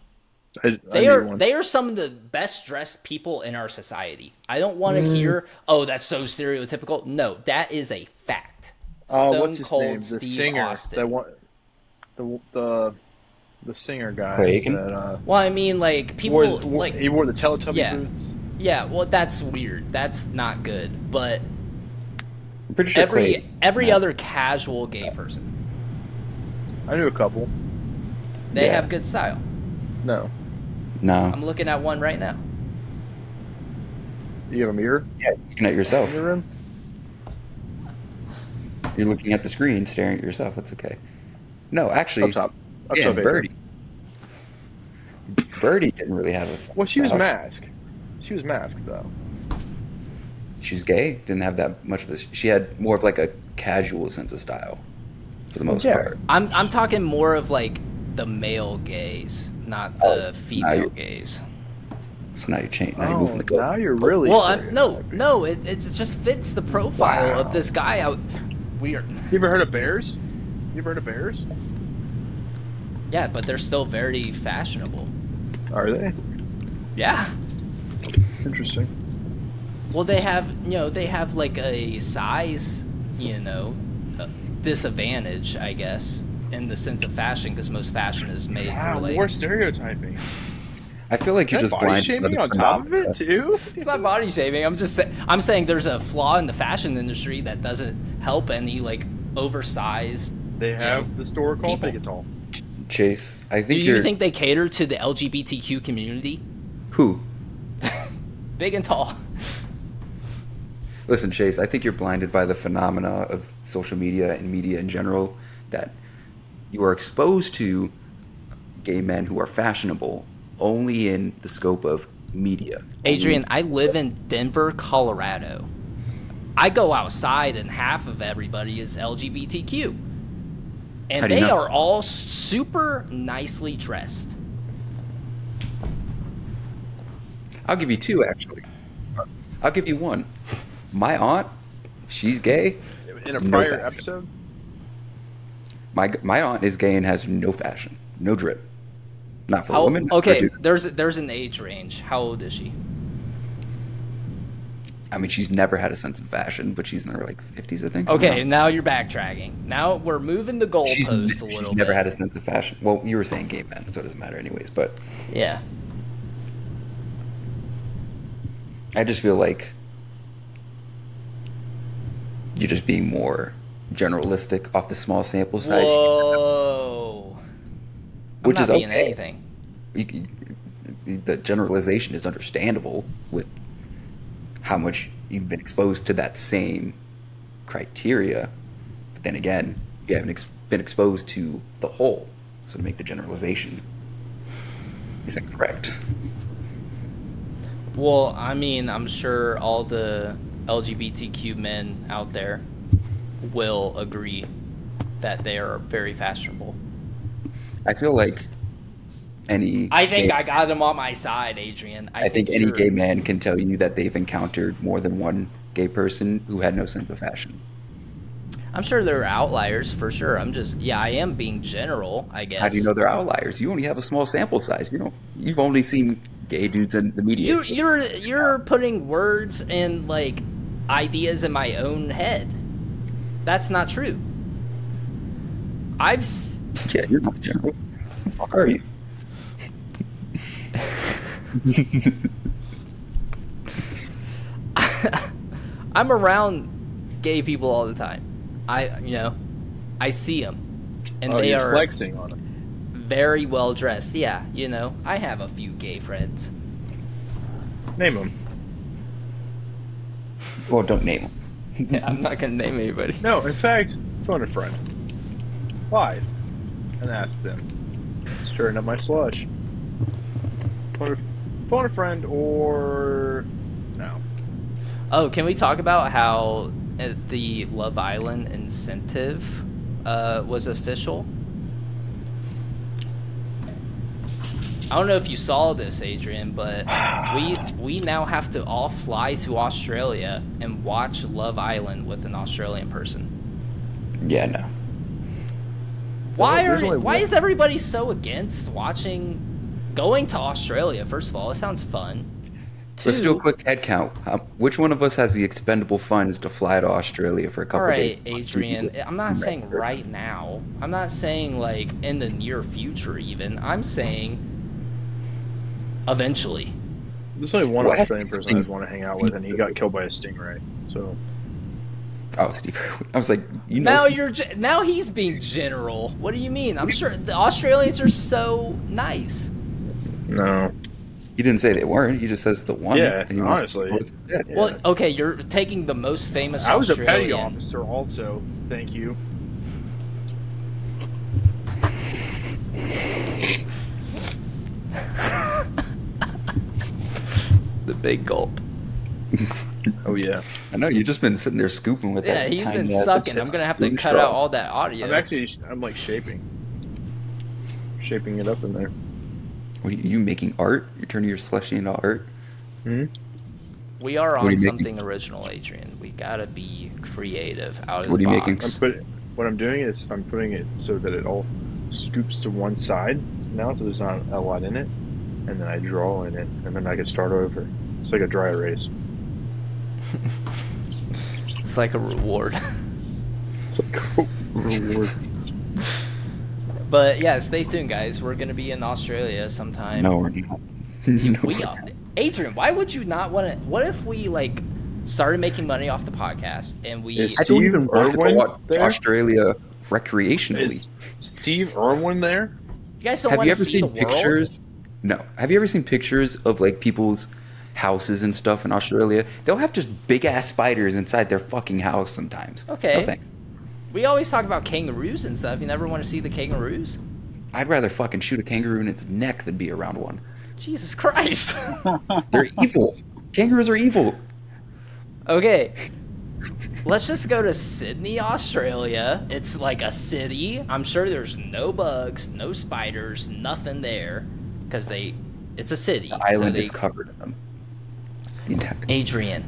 Speaker 1: I, I
Speaker 2: They
Speaker 1: need
Speaker 2: are
Speaker 1: one.
Speaker 2: they are some of the best dressed people in our society. I don't want to
Speaker 1: Mm.
Speaker 2: hear, "Oh, that's so stereotypical." No, that is a fact.
Speaker 1: Oh,
Speaker 2: Stone
Speaker 1: what's his
Speaker 2: Cold
Speaker 1: name? The
Speaker 2: Steve
Speaker 1: singer
Speaker 2: Austin.
Speaker 1: that one, the the the singer guy.
Speaker 3: Craig?
Speaker 1: That, uh,
Speaker 2: well, I mean, like people
Speaker 1: wore, the- wore-
Speaker 2: like
Speaker 1: he wore the Teletubby
Speaker 2: Yeah.
Speaker 1: boots.
Speaker 2: yeah. Well, that's weird. That's not good. But
Speaker 3: I'm pretty sure
Speaker 2: every
Speaker 3: Clay-
Speaker 2: every
Speaker 3: no.
Speaker 2: other casual gay person,
Speaker 1: I knew a couple.
Speaker 2: they
Speaker 3: Yeah.
Speaker 2: have good style.
Speaker 1: No,
Speaker 3: No.
Speaker 2: I'm looking at one right now.
Speaker 1: you have a mirror
Speaker 3: Yeah, you're looking at yourself.
Speaker 1: in your room.
Speaker 3: You're looking at the screen, staring at yourself. That's okay. No, actually,
Speaker 1: Up top. Up
Speaker 3: Oh, yeah,
Speaker 1: top. Adrian.
Speaker 3: Birdie. Birdie didn't really have a sense
Speaker 1: Well, she was
Speaker 3: of-
Speaker 1: masked. She was masked though.
Speaker 3: She's gay. Didn't have that much of a. She had more of like a casual sense of style, for the most
Speaker 1: Yeah.
Speaker 3: part.
Speaker 2: I'm I'm talking more of like the male gays, not the
Speaker 3: Oh, now
Speaker 2: female
Speaker 3: you're-
Speaker 2: gays.
Speaker 3: So now you're changing. Now you're
Speaker 1: oh,
Speaker 3: moving the goal.
Speaker 1: now you're really.
Speaker 2: Well, I,
Speaker 1: serious.
Speaker 2: no, no, it, it just fits the profile
Speaker 1: Wow.
Speaker 2: of this guy. Out, weird.
Speaker 1: You ever heard of bears? You ever heard of bears?
Speaker 2: Yeah, but they're still very fashionable.
Speaker 1: Are they
Speaker 2: Yeah.
Speaker 1: interesting?
Speaker 2: Well, they have you know they have like a size you know uh, disadvantage, I guess, in the sense of fashion because most fashion is made
Speaker 1: Wow,
Speaker 2: for like.
Speaker 1: more stereotyping.
Speaker 3: I feel like you're
Speaker 1: That
Speaker 3: just
Speaker 1: body
Speaker 3: blind.
Speaker 1: shaming on top of it too.
Speaker 2: It's not body shaming. I'm just sa- I'm saying there's a flaw in the fashion industry that doesn't help any like oversized.
Speaker 1: They have the store called
Speaker 2: People.
Speaker 1: Bigatol.
Speaker 3: Chase, I
Speaker 2: Do
Speaker 3: think
Speaker 2: you
Speaker 3: you're
Speaker 2: think they cater to the LGBTQ community?
Speaker 3: who?
Speaker 2: Big and tall.
Speaker 3: Listen, Chase, I think you're blinded by the phenomena of social media and media in general that you are exposed to gay men who are fashionable only in the scope of media.
Speaker 2: Adrian, I live in Denver, Colorado. I go outside, and half of everybody is LGBTQ,
Speaker 3: How
Speaker 2: and
Speaker 3: do you
Speaker 2: they
Speaker 3: know?
Speaker 2: are all super nicely dressed.
Speaker 3: I'll give you two, actually. I'll give you one. My aunt she's gay.
Speaker 1: in a
Speaker 3: No
Speaker 1: prior
Speaker 3: fashion.
Speaker 1: episode.
Speaker 3: My my aunt is gay and has no fashion, no drip. Not for
Speaker 2: How,
Speaker 3: women. not for
Speaker 2: okay,
Speaker 3: dude.
Speaker 2: there's there's an age range. How old is she?
Speaker 3: I mean, she's never had a sense of fashion, but she's in her like fifties, I think. I don't
Speaker 2: Okay,
Speaker 3: know.
Speaker 2: now you're backtracking. Now we're moving the
Speaker 3: she's,
Speaker 2: goalpost a
Speaker 3: she's
Speaker 2: little bit.
Speaker 3: never had a sense of fashion. Well, you were saying gay men, so it doesn't matter, anyways. But
Speaker 2: yeah.
Speaker 3: I just feel like you're just being more generalistic off the small sample size.
Speaker 2: Whoa.
Speaker 3: Which
Speaker 2: I'm
Speaker 3: is
Speaker 2: not being
Speaker 3: okay.
Speaker 2: anything.
Speaker 3: you, you- the generalization is understandable with how much you've been exposed to that same criteria. But then again, you haven't ex- been exposed to the whole. So to make the generalization is incorrect.
Speaker 2: Well, I mean, I'm sure all the LGBTQ men out there will agree that they are very fashionable.
Speaker 3: I feel like any.
Speaker 2: I think
Speaker 3: gay,
Speaker 2: I got them on my side, Adrian. I,
Speaker 3: I think any
Speaker 2: you're-
Speaker 3: gay man can tell you that they've encountered more than one gay person who had no sense of fashion.
Speaker 2: I'm sure there are outliers for sure. I'm just, yeah, I am being general, I guess.
Speaker 3: How do you know they're outliers? You only have a small sample size. You don't. You've only seen gay dudes in the media.
Speaker 2: You're you're you're putting words and like ideas in my own head. That's not true. I've s-
Speaker 3: Yeah, you're not the general. Who the fuck are you?
Speaker 2: I'm around gay people all the time. I you know, I see them, and
Speaker 1: oh,
Speaker 2: they
Speaker 1: you're
Speaker 2: are
Speaker 1: flexing on it.
Speaker 2: very well dressed. Yeah, you know, I have a few gay friends.
Speaker 1: Name them.
Speaker 3: Well, don't name him.
Speaker 2: I'm not gonna name anybody.
Speaker 1: No, in fact, phone a friend. Live. And ask them. Stirring up my slush. Phone a, phone a friend or. No.
Speaker 2: Oh, can we talk about how uh, the Love Island incentive uh, was official? I don't know if you saw this, Adrian, but we we now have to all fly to Australia and watch Love Island with an Australian person.
Speaker 3: Yeah, no.
Speaker 2: Why
Speaker 1: There's
Speaker 2: are
Speaker 1: only
Speaker 2: why
Speaker 1: one-
Speaker 2: is everybody so against watching going to Australia? First of all, it sounds fun.
Speaker 3: let Let's do a
Speaker 2: Two-
Speaker 3: quick head count. Um, which one of us has the expendable funds to fly to Australia for a couple
Speaker 2: All right,
Speaker 3: days?
Speaker 2: Adrian. I'm not saying right now. I'm not saying like in the near future. Even I'm saying eventually.
Speaker 1: There's only one
Speaker 3: What?
Speaker 1: Australian person I'd want to hang out with, and he got killed by a stingray. So.
Speaker 3: Oh, Steve. I was like, you know.
Speaker 2: Now
Speaker 3: Steve-
Speaker 2: you're ge- now he's being general. What do you mean? I'm sure the Australians are so nice.
Speaker 1: No.
Speaker 3: You didn't say they weren't. You just says the one.
Speaker 1: Yeah,
Speaker 3: you were-
Speaker 1: honestly.
Speaker 3: Yeah.
Speaker 1: Yeah.
Speaker 2: Well, okay, you're taking the most famous.
Speaker 1: I was a petty
Speaker 2: Australian.
Speaker 1: officer, also. Thank you.
Speaker 2: The big gulp.
Speaker 1: Oh, yeah.
Speaker 3: I know you've just been sitting there scooping with
Speaker 2: Yeah,
Speaker 3: that.
Speaker 2: he's been
Speaker 3: tiny ass-
Speaker 2: sucking. I'm gonna have to
Speaker 3: spoon
Speaker 2: cut
Speaker 3: straw.
Speaker 2: out all that audio.
Speaker 1: I'm actually. I'm like shaping. Shaping it up in there.
Speaker 3: What are you, you making art? You're turning your slushy into art.
Speaker 1: Hmm?
Speaker 2: we are
Speaker 3: are
Speaker 2: on
Speaker 3: you making?
Speaker 2: something original, Adrian. We gotta be creative out of
Speaker 3: What
Speaker 2: the
Speaker 3: are you
Speaker 2: box.
Speaker 3: making?
Speaker 1: I'm put, what I'm doing is I'm putting it so that it all scoops to one side now, so there's not a lot in it, and then I draw in it, and then I can start over. It's like a dry erase.
Speaker 2: It's like a reward.
Speaker 1: It's like reward.
Speaker 2: But yeah, stay tuned, guys. We're gonna be in Australia sometime.
Speaker 3: No, we're not. No,
Speaker 2: we
Speaker 3: we're
Speaker 2: are.
Speaker 3: not.
Speaker 2: Adrian, why would you not want to? What if we like started making money off the podcast and we?
Speaker 1: Is-
Speaker 3: I don't
Speaker 1: Steve
Speaker 3: even want to
Speaker 1: Irwin
Speaker 3: go out to
Speaker 1: there?
Speaker 3: Australia recreationally.
Speaker 1: Is Steve Irwin there?
Speaker 2: you guys don't
Speaker 3: Have
Speaker 2: want
Speaker 3: you
Speaker 2: to
Speaker 3: ever
Speaker 2: see the
Speaker 3: seen
Speaker 2: world?
Speaker 3: pictures? No. Have you ever seen pictures of like people's houses and stuff in Australia? They'll have just big ass spiders inside their fucking house sometimes.
Speaker 2: Okay.
Speaker 3: No thanks.
Speaker 2: We always talk about kangaroos and stuff. You never want to see the kangaroos.
Speaker 3: I'd rather fucking shoot a kangaroo in its neck than be around one.
Speaker 2: Jesus Christ.
Speaker 3: They're evil. Kangaroos are evil.
Speaker 2: okay. Let's just go to Sydney, Australia. It's like a city. I'm sure there's no bugs, no spiders, nothing there, because they. It's a city.
Speaker 3: The
Speaker 2: so
Speaker 3: island
Speaker 2: they-
Speaker 3: is covered in them. The entire-
Speaker 2: Adrian,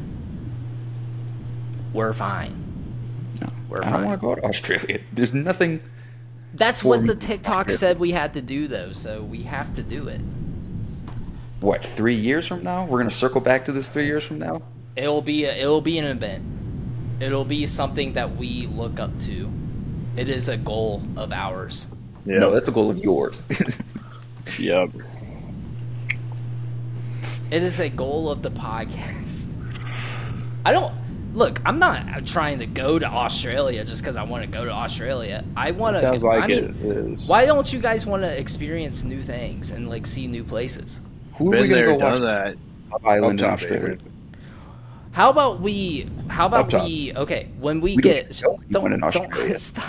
Speaker 2: we're fine. We're
Speaker 3: I don't
Speaker 2: fine.
Speaker 3: want to go to Australia. There's nothing.
Speaker 2: That's what
Speaker 3: form-
Speaker 2: the TikTok said we had to do, though, so we have to do it.
Speaker 3: What three years from now? We're gonna circle back to this three years from now.
Speaker 2: It'll be a, it'll be an event. It'll be something that we look up to. It is a goal of ours.
Speaker 1: Yeah.
Speaker 3: No, that's a goal of yours.
Speaker 1: yeah.
Speaker 2: It is a goal of the podcast. I don't look. I'm not trying to go to Australia just because I want to go to Australia. I want to.
Speaker 1: Sounds like
Speaker 2: I mean,
Speaker 1: it is.
Speaker 2: Why don't you guys want to experience new things and like see new places?
Speaker 3: Who are we
Speaker 1: Been
Speaker 3: gonna
Speaker 1: there,
Speaker 3: go
Speaker 1: done
Speaker 3: watch?
Speaker 1: that.
Speaker 3: Love Island in
Speaker 1: Up top,
Speaker 3: Australia.
Speaker 1: baby.
Speaker 2: How about we? How
Speaker 1: Up
Speaker 2: about
Speaker 1: top.
Speaker 2: we? Okay, when we,
Speaker 3: We don't
Speaker 2: get
Speaker 3: even know anyone in Australia.
Speaker 2: stop.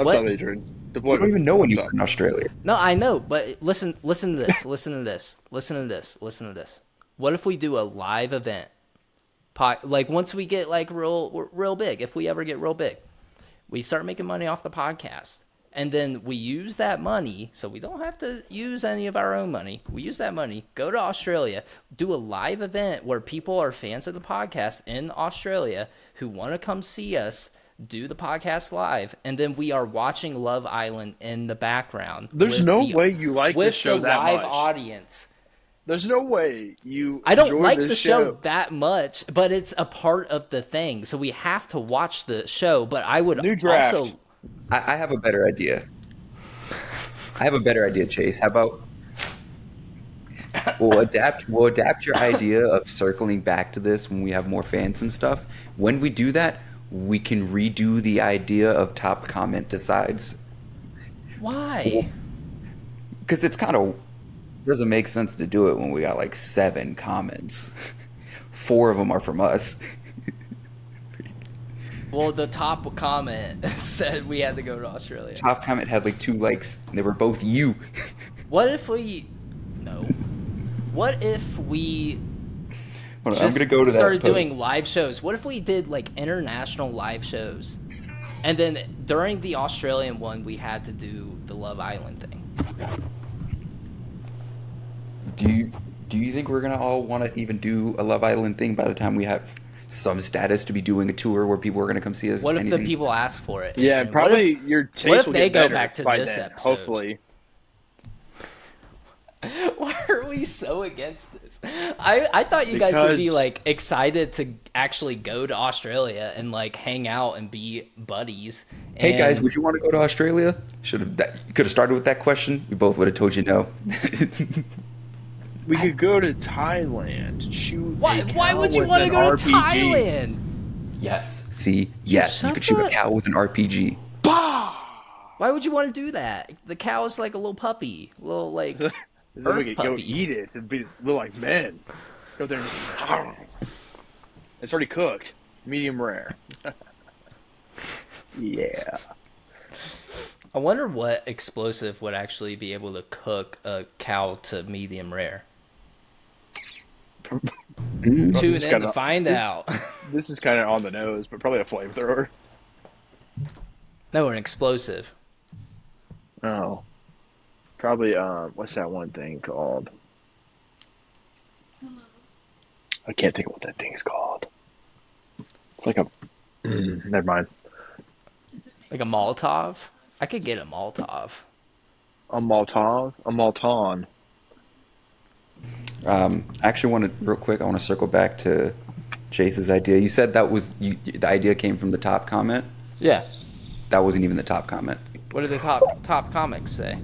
Speaker 1: Up
Speaker 2: What?
Speaker 1: top, Adrian.
Speaker 3: We don't even know when you're
Speaker 1: Up
Speaker 3: in Australia.
Speaker 2: No, I know, but listen, listen to this, listen to this, listen to this, listen to this. What if we do a live event? Po- like once we get like real, real big, if we ever get real big, we start making money off the podcast, and then we use that money, so we don't have to use any of our own money. We use that money, go to Australia, do a live event where people are fans of the podcast in Australia who want to come see us. Do the podcast live, and then we are watching Love Island in the background.
Speaker 1: There's
Speaker 2: with
Speaker 1: no
Speaker 2: the-
Speaker 1: way you like
Speaker 2: with
Speaker 1: this show
Speaker 2: the
Speaker 1: that
Speaker 2: live
Speaker 1: much.
Speaker 2: audience.
Speaker 1: There's no way you.
Speaker 2: I don't
Speaker 1: enjoy
Speaker 2: like
Speaker 1: this
Speaker 2: the show, that much, but it's a part of the thing, so we have to watch the show. But I would
Speaker 1: New draft.
Speaker 2: also
Speaker 3: I, I have a better idea. I have a better idea, Chase. How about we'll adapt we'll adapt your idea of circling back to this when we have more fans and stuff. When we do that, we can redo the idea of top comment decides
Speaker 2: why
Speaker 3: because it's kind of doesn't make sense to do it when we got like seven comments. Four of them are from us.
Speaker 2: well the top comment said we had to go to Australia.
Speaker 3: Top comment had like two likes. and They were both you.
Speaker 2: What if we no? What if we
Speaker 3: Hold on, I'm
Speaker 2: just
Speaker 3: gonna go to that.
Speaker 2: started
Speaker 3: post.
Speaker 2: doing live shows? What if we did like international live shows, and then during the Australian one we had to do the Love Island thing?
Speaker 3: Do you do you think we're gonna all want to even do a Love Island thing by the time we have some status to be doing a tour where people are gonna come see us?
Speaker 2: What if the
Speaker 3: anything?
Speaker 2: people ask for it?
Speaker 1: Yeah,
Speaker 2: And what
Speaker 1: probably
Speaker 2: if-
Speaker 1: your taste
Speaker 2: what if
Speaker 1: will
Speaker 2: they
Speaker 1: get
Speaker 2: go
Speaker 1: better
Speaker 2: back to
Speaker 1: by
Speaker 2: this
Speaker 1: then,
Speaker 2: episode?
Speaker 1: Hopefully,
Speaker 2: Why are we so against this? I, I thought you guys would be
Speaker 1: Because-
Speaker 2: like excited to actually go to Australia and like hang out and be buddies.
Speaker 3: Hey guys,
Speaker 2: and-
Speaker 3: would you want to go to Australia? Should have that you could have started with that question. We both would have told you no.
Speaker 1: we could go to Thailand. Shoot.
Speaker 2: why,
Speaker 1: a
Speaker 2: why
Speaker 1: cow
Speaker 2: would you
Speaker 1: with
Speaker 2: want to
Speaker 1: an
Speaker 2: go to
Speaker 1: RPG.
Speaker 2: Thailand?
Speaker 3: yes. See, yes, you
Speaker 2: Shut
Speaker 3: could shoot a
Speaker 2: up.
Speaker 3: cow with an RPG.
Speaker 2: Why would you want to do that? The cow is like a little puppy, little like
Speaker 1: And then
Speaker 2: earth
Speaker 1: we could go
Speaker 2: puppy.
Speaker 1: eat it and be look like men. Go there and just, it's already cooked, medium rare. yeah.
Speaker 2: I wonder what explosive would actually be able to cook a cow to medium rare.
Speaker 3: Mm.
Speaker 2: Tune in
Speaker 1: just
Speaker 2: to
Speaker 1: gotta-
Speaker 2: find out.
Speaker 1: This is kind of on the nose, but probably a flamethrower.
Speaker 2: no, an explosive.
Speaker 1: Oh. Probably um what's that one thing called? I can't think of what that thing's called. It's like a
Speaker 3: Mm-hmm.
Speaker 1: Mm, never mind.
Speaker 2: Like a Molotov? I could get a Molotov.
Speaker 1: A Maltov? A Malton.
Speaker 3: Um, I actually want to real quick. I want to circle back to Chase's idea. You said that was you, the idea came from the top comment.
Speaker 2: Yeah.
Speaker 3: That wasn't even the top comment.
Speaker 2: What do the top top comics say?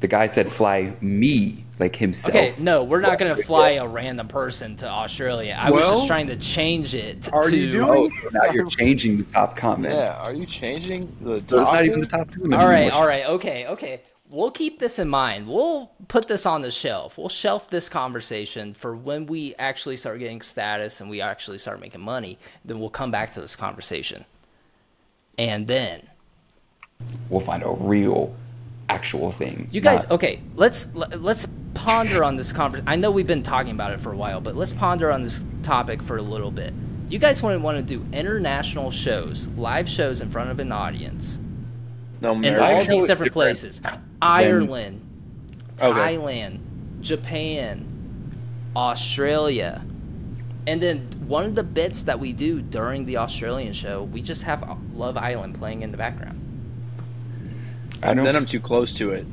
Speaker 3: The guy said, "Fly me," like himself.
Speaker 2: Okay, no, we're not gonna fly a random person to Australia. I was just
Speaker 1: Well,
Speaker 2: trying to change it
Speaker 1: are
Speaker 2: to
Speaker 1: you doing-
Speaker 3: Oh, now you're changing the top comment.
Speaker 1: are you changing the
Speaker 3: So it's not even the top comment.
Speaker 2: Oh, All right,
Speaker 3: anymore.
Speaker 2: all right, okay, okay. We'll keep this in mind. We'll put this on the shelf. We'll shelf this conversation for when we actually start getting status and we actually start making money. Then we'll come back to this conversation. And then
Speaker 3: We'll find a real, actual thing.
Speaker 2: You guys,
Speaker 3: not-
Speaker 2: okay, let's le- let's ponder on this conversation. I know we've been talking about it for a while, but let's ponder on this topic for a little bit. You guys want to want to do international shows, live shows in front of an audience
Speaker 1: No,
Speaker 2: in
Speaker 1: Mary-
Speaker 3: Live
Speaker 2: all
Speaker 3: show
Speaker 2: these
Speaker 3: is
Speaker 2: different
Speaker 3: different
Speaker 2: places: Ireland,
Speaker 1: Okay.
Speaker 2: Thailand, Japan, Australia, And then one of the bits that we do during the Australian show, we just have uh, Love Island playing in the background.
Speaker 3: I don't.
Speaker 1: Then I'm too close to it.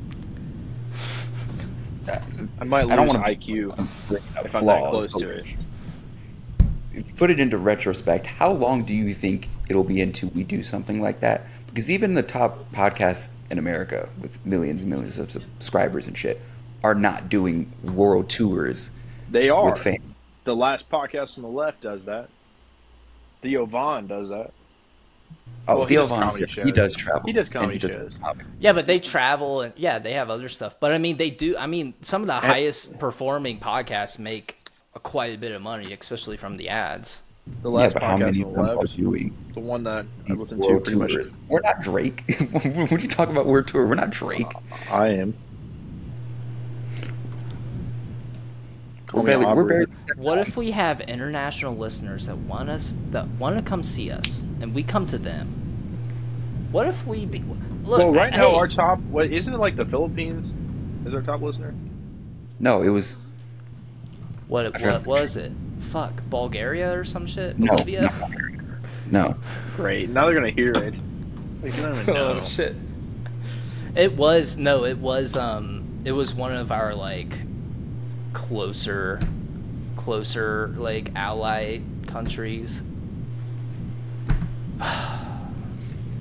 Speaker 1: I might lose
Speaker 3: I don't wanna-
Speaker 1: IQ.
Speaker 3: bring up
Speaker 1: if I'm that
Speaker 3: flaws,
Speaker 1: close
Speaker 3: but
Speaker 1: to it.
Speaker 3: if you put it into retrospect, how long do you think it'll be until we do something like that? Because even the top podcasts in America with millions and millions of subscribers and shit are not doing world tours
Speaker 1: They are.
Speaker 3: with fans.
Speaker 1: The last podcast on the left does that. Theo Vaughn does that.
Speaker 3: Oh,
Speaker 1: Well, he
Speaker 3: Theo
Speaker 1: does
Speaker 3: Von,
Speaker 1: comedy
Speaker 3: Oh, he
Speaker 1: shows.
Speaker 3: does travel.
Speaker 1: He does
Speaker 3: and
Speaker 1: comedy
Speaker 3: does
Speaker 1: shows.
Speaker 3: comedy.
Speaker 2: Yeah, but they travel and yeah, they have other stuff. But I mean, they do. I mean, some of the highest performing podcasts make a, quite a bit of money, especially from the ads.
Speaker 1: The
Speaker 3: Yeah,
Speaker 1: last
Speaker 3: but how
Speaker 1: podcast
Speaker 3: many of
Speaker 1: on
Speaker 3: them
Speaker 1: the
Speaker 3: are
Speaker 1: left.
Speaker 3: doing
Speaker 1: The one that I
Speaker 3: these
Speaker 1: listen to
Speaker 3: world
Speaker 1: pretty much.
Speaker 3: tours? We're not Drake. when you talk about world tour, we're not Drake.
Speaker 1: I am. Call
Speaker 3: We're
Speaker 1: me
Speaker 3: barely, we're
Speaker 1: Aubrey.
Speaker 3: barely
Speaker 2: What if we have international listeners that want us that want to come see us, and we come to them? What if we be look
Speaker 1: well, right now
Speaker 2: hey,
Speaker 1: our top what isn't it like the Philippines is our top listener?
Speaker 3: No, it was
Speaker 2: what
Speaker 3: I
Speaker 2: what
Speaker 3: forgot.
Speaker 2: was it? Fuck Bulgaria or some shit?
Speaker 3: no,
Speaker 2: Bolivia?
Speaker 3: not America. no.
Speaker 1: Great. Now they're gonna hear it. They don't even know.
Speaker 2: Oh, shit. It was no, it was um it was one of our like closer closer like ally countries.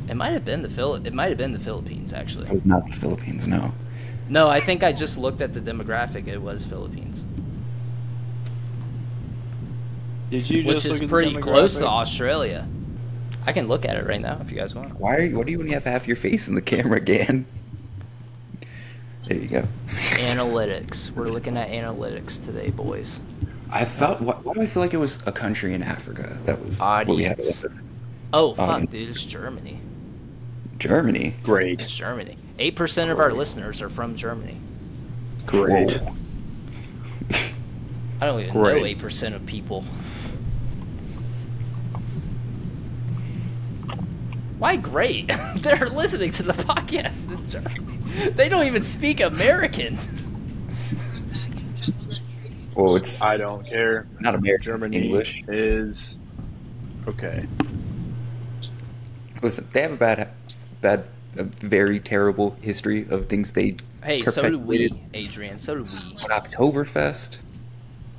Speaker 2: It might have been the Phil it might have been the Philippines
Speaker 3: It
Speaker 2: actually.
Speaker 3: was not the Philippines. No.
Speaker 2: No, I think I just looked at the demographic. It was Philippines.
Speaker 1: Did you
Speaker 2: Which
Speaker 1: just
Speaker 2: is
Speaker 1: look at the
Speaker 2: pretty close to
Speaker 1: demographic?
Speaker 2: Australia. I can look at it right now if you guys want.
Speaker 3: Why are you? What do you when you have half your face in the camera again? There you go.
Speaker 2: Analytics. We're looking at analytics today, boys.
Speaker 3: I felt. Why, why do I feel like it was a country in Africa that was what we had?
Speaker 2: Audience. Oh fuck,
Speaker 3: Audience.
Speaker 2: dude, it's Germany.
Speaker 3: Germany.
Speaker 1: Great.
Speaker 2: It's Germany. Eight percent of our listeners are from Germany.
Speaker 1: Great.
Speaker 3: Whoa.
Speaker 2: I don't even know
Speaker 1: Great.
Speaker 2: eight percent of people. Why great? They're listening to the podcast in Germany. They don't even speak American.
Speaker 3: Well, it's
Speaker 1: I don't care.
Speaker 3: not American. It's
Speaker 1: Germany
Speaker 3: English.
Speaker 1: is okay.
Speaker 3: Listen, they have a bad, bad, a very terrible history of things they.
Speaker 2: Hey, so do we,
Speaker 3: perpetuated.
Speaker 2: Adrian. So do we.
Speaker 3: But Oktoberfest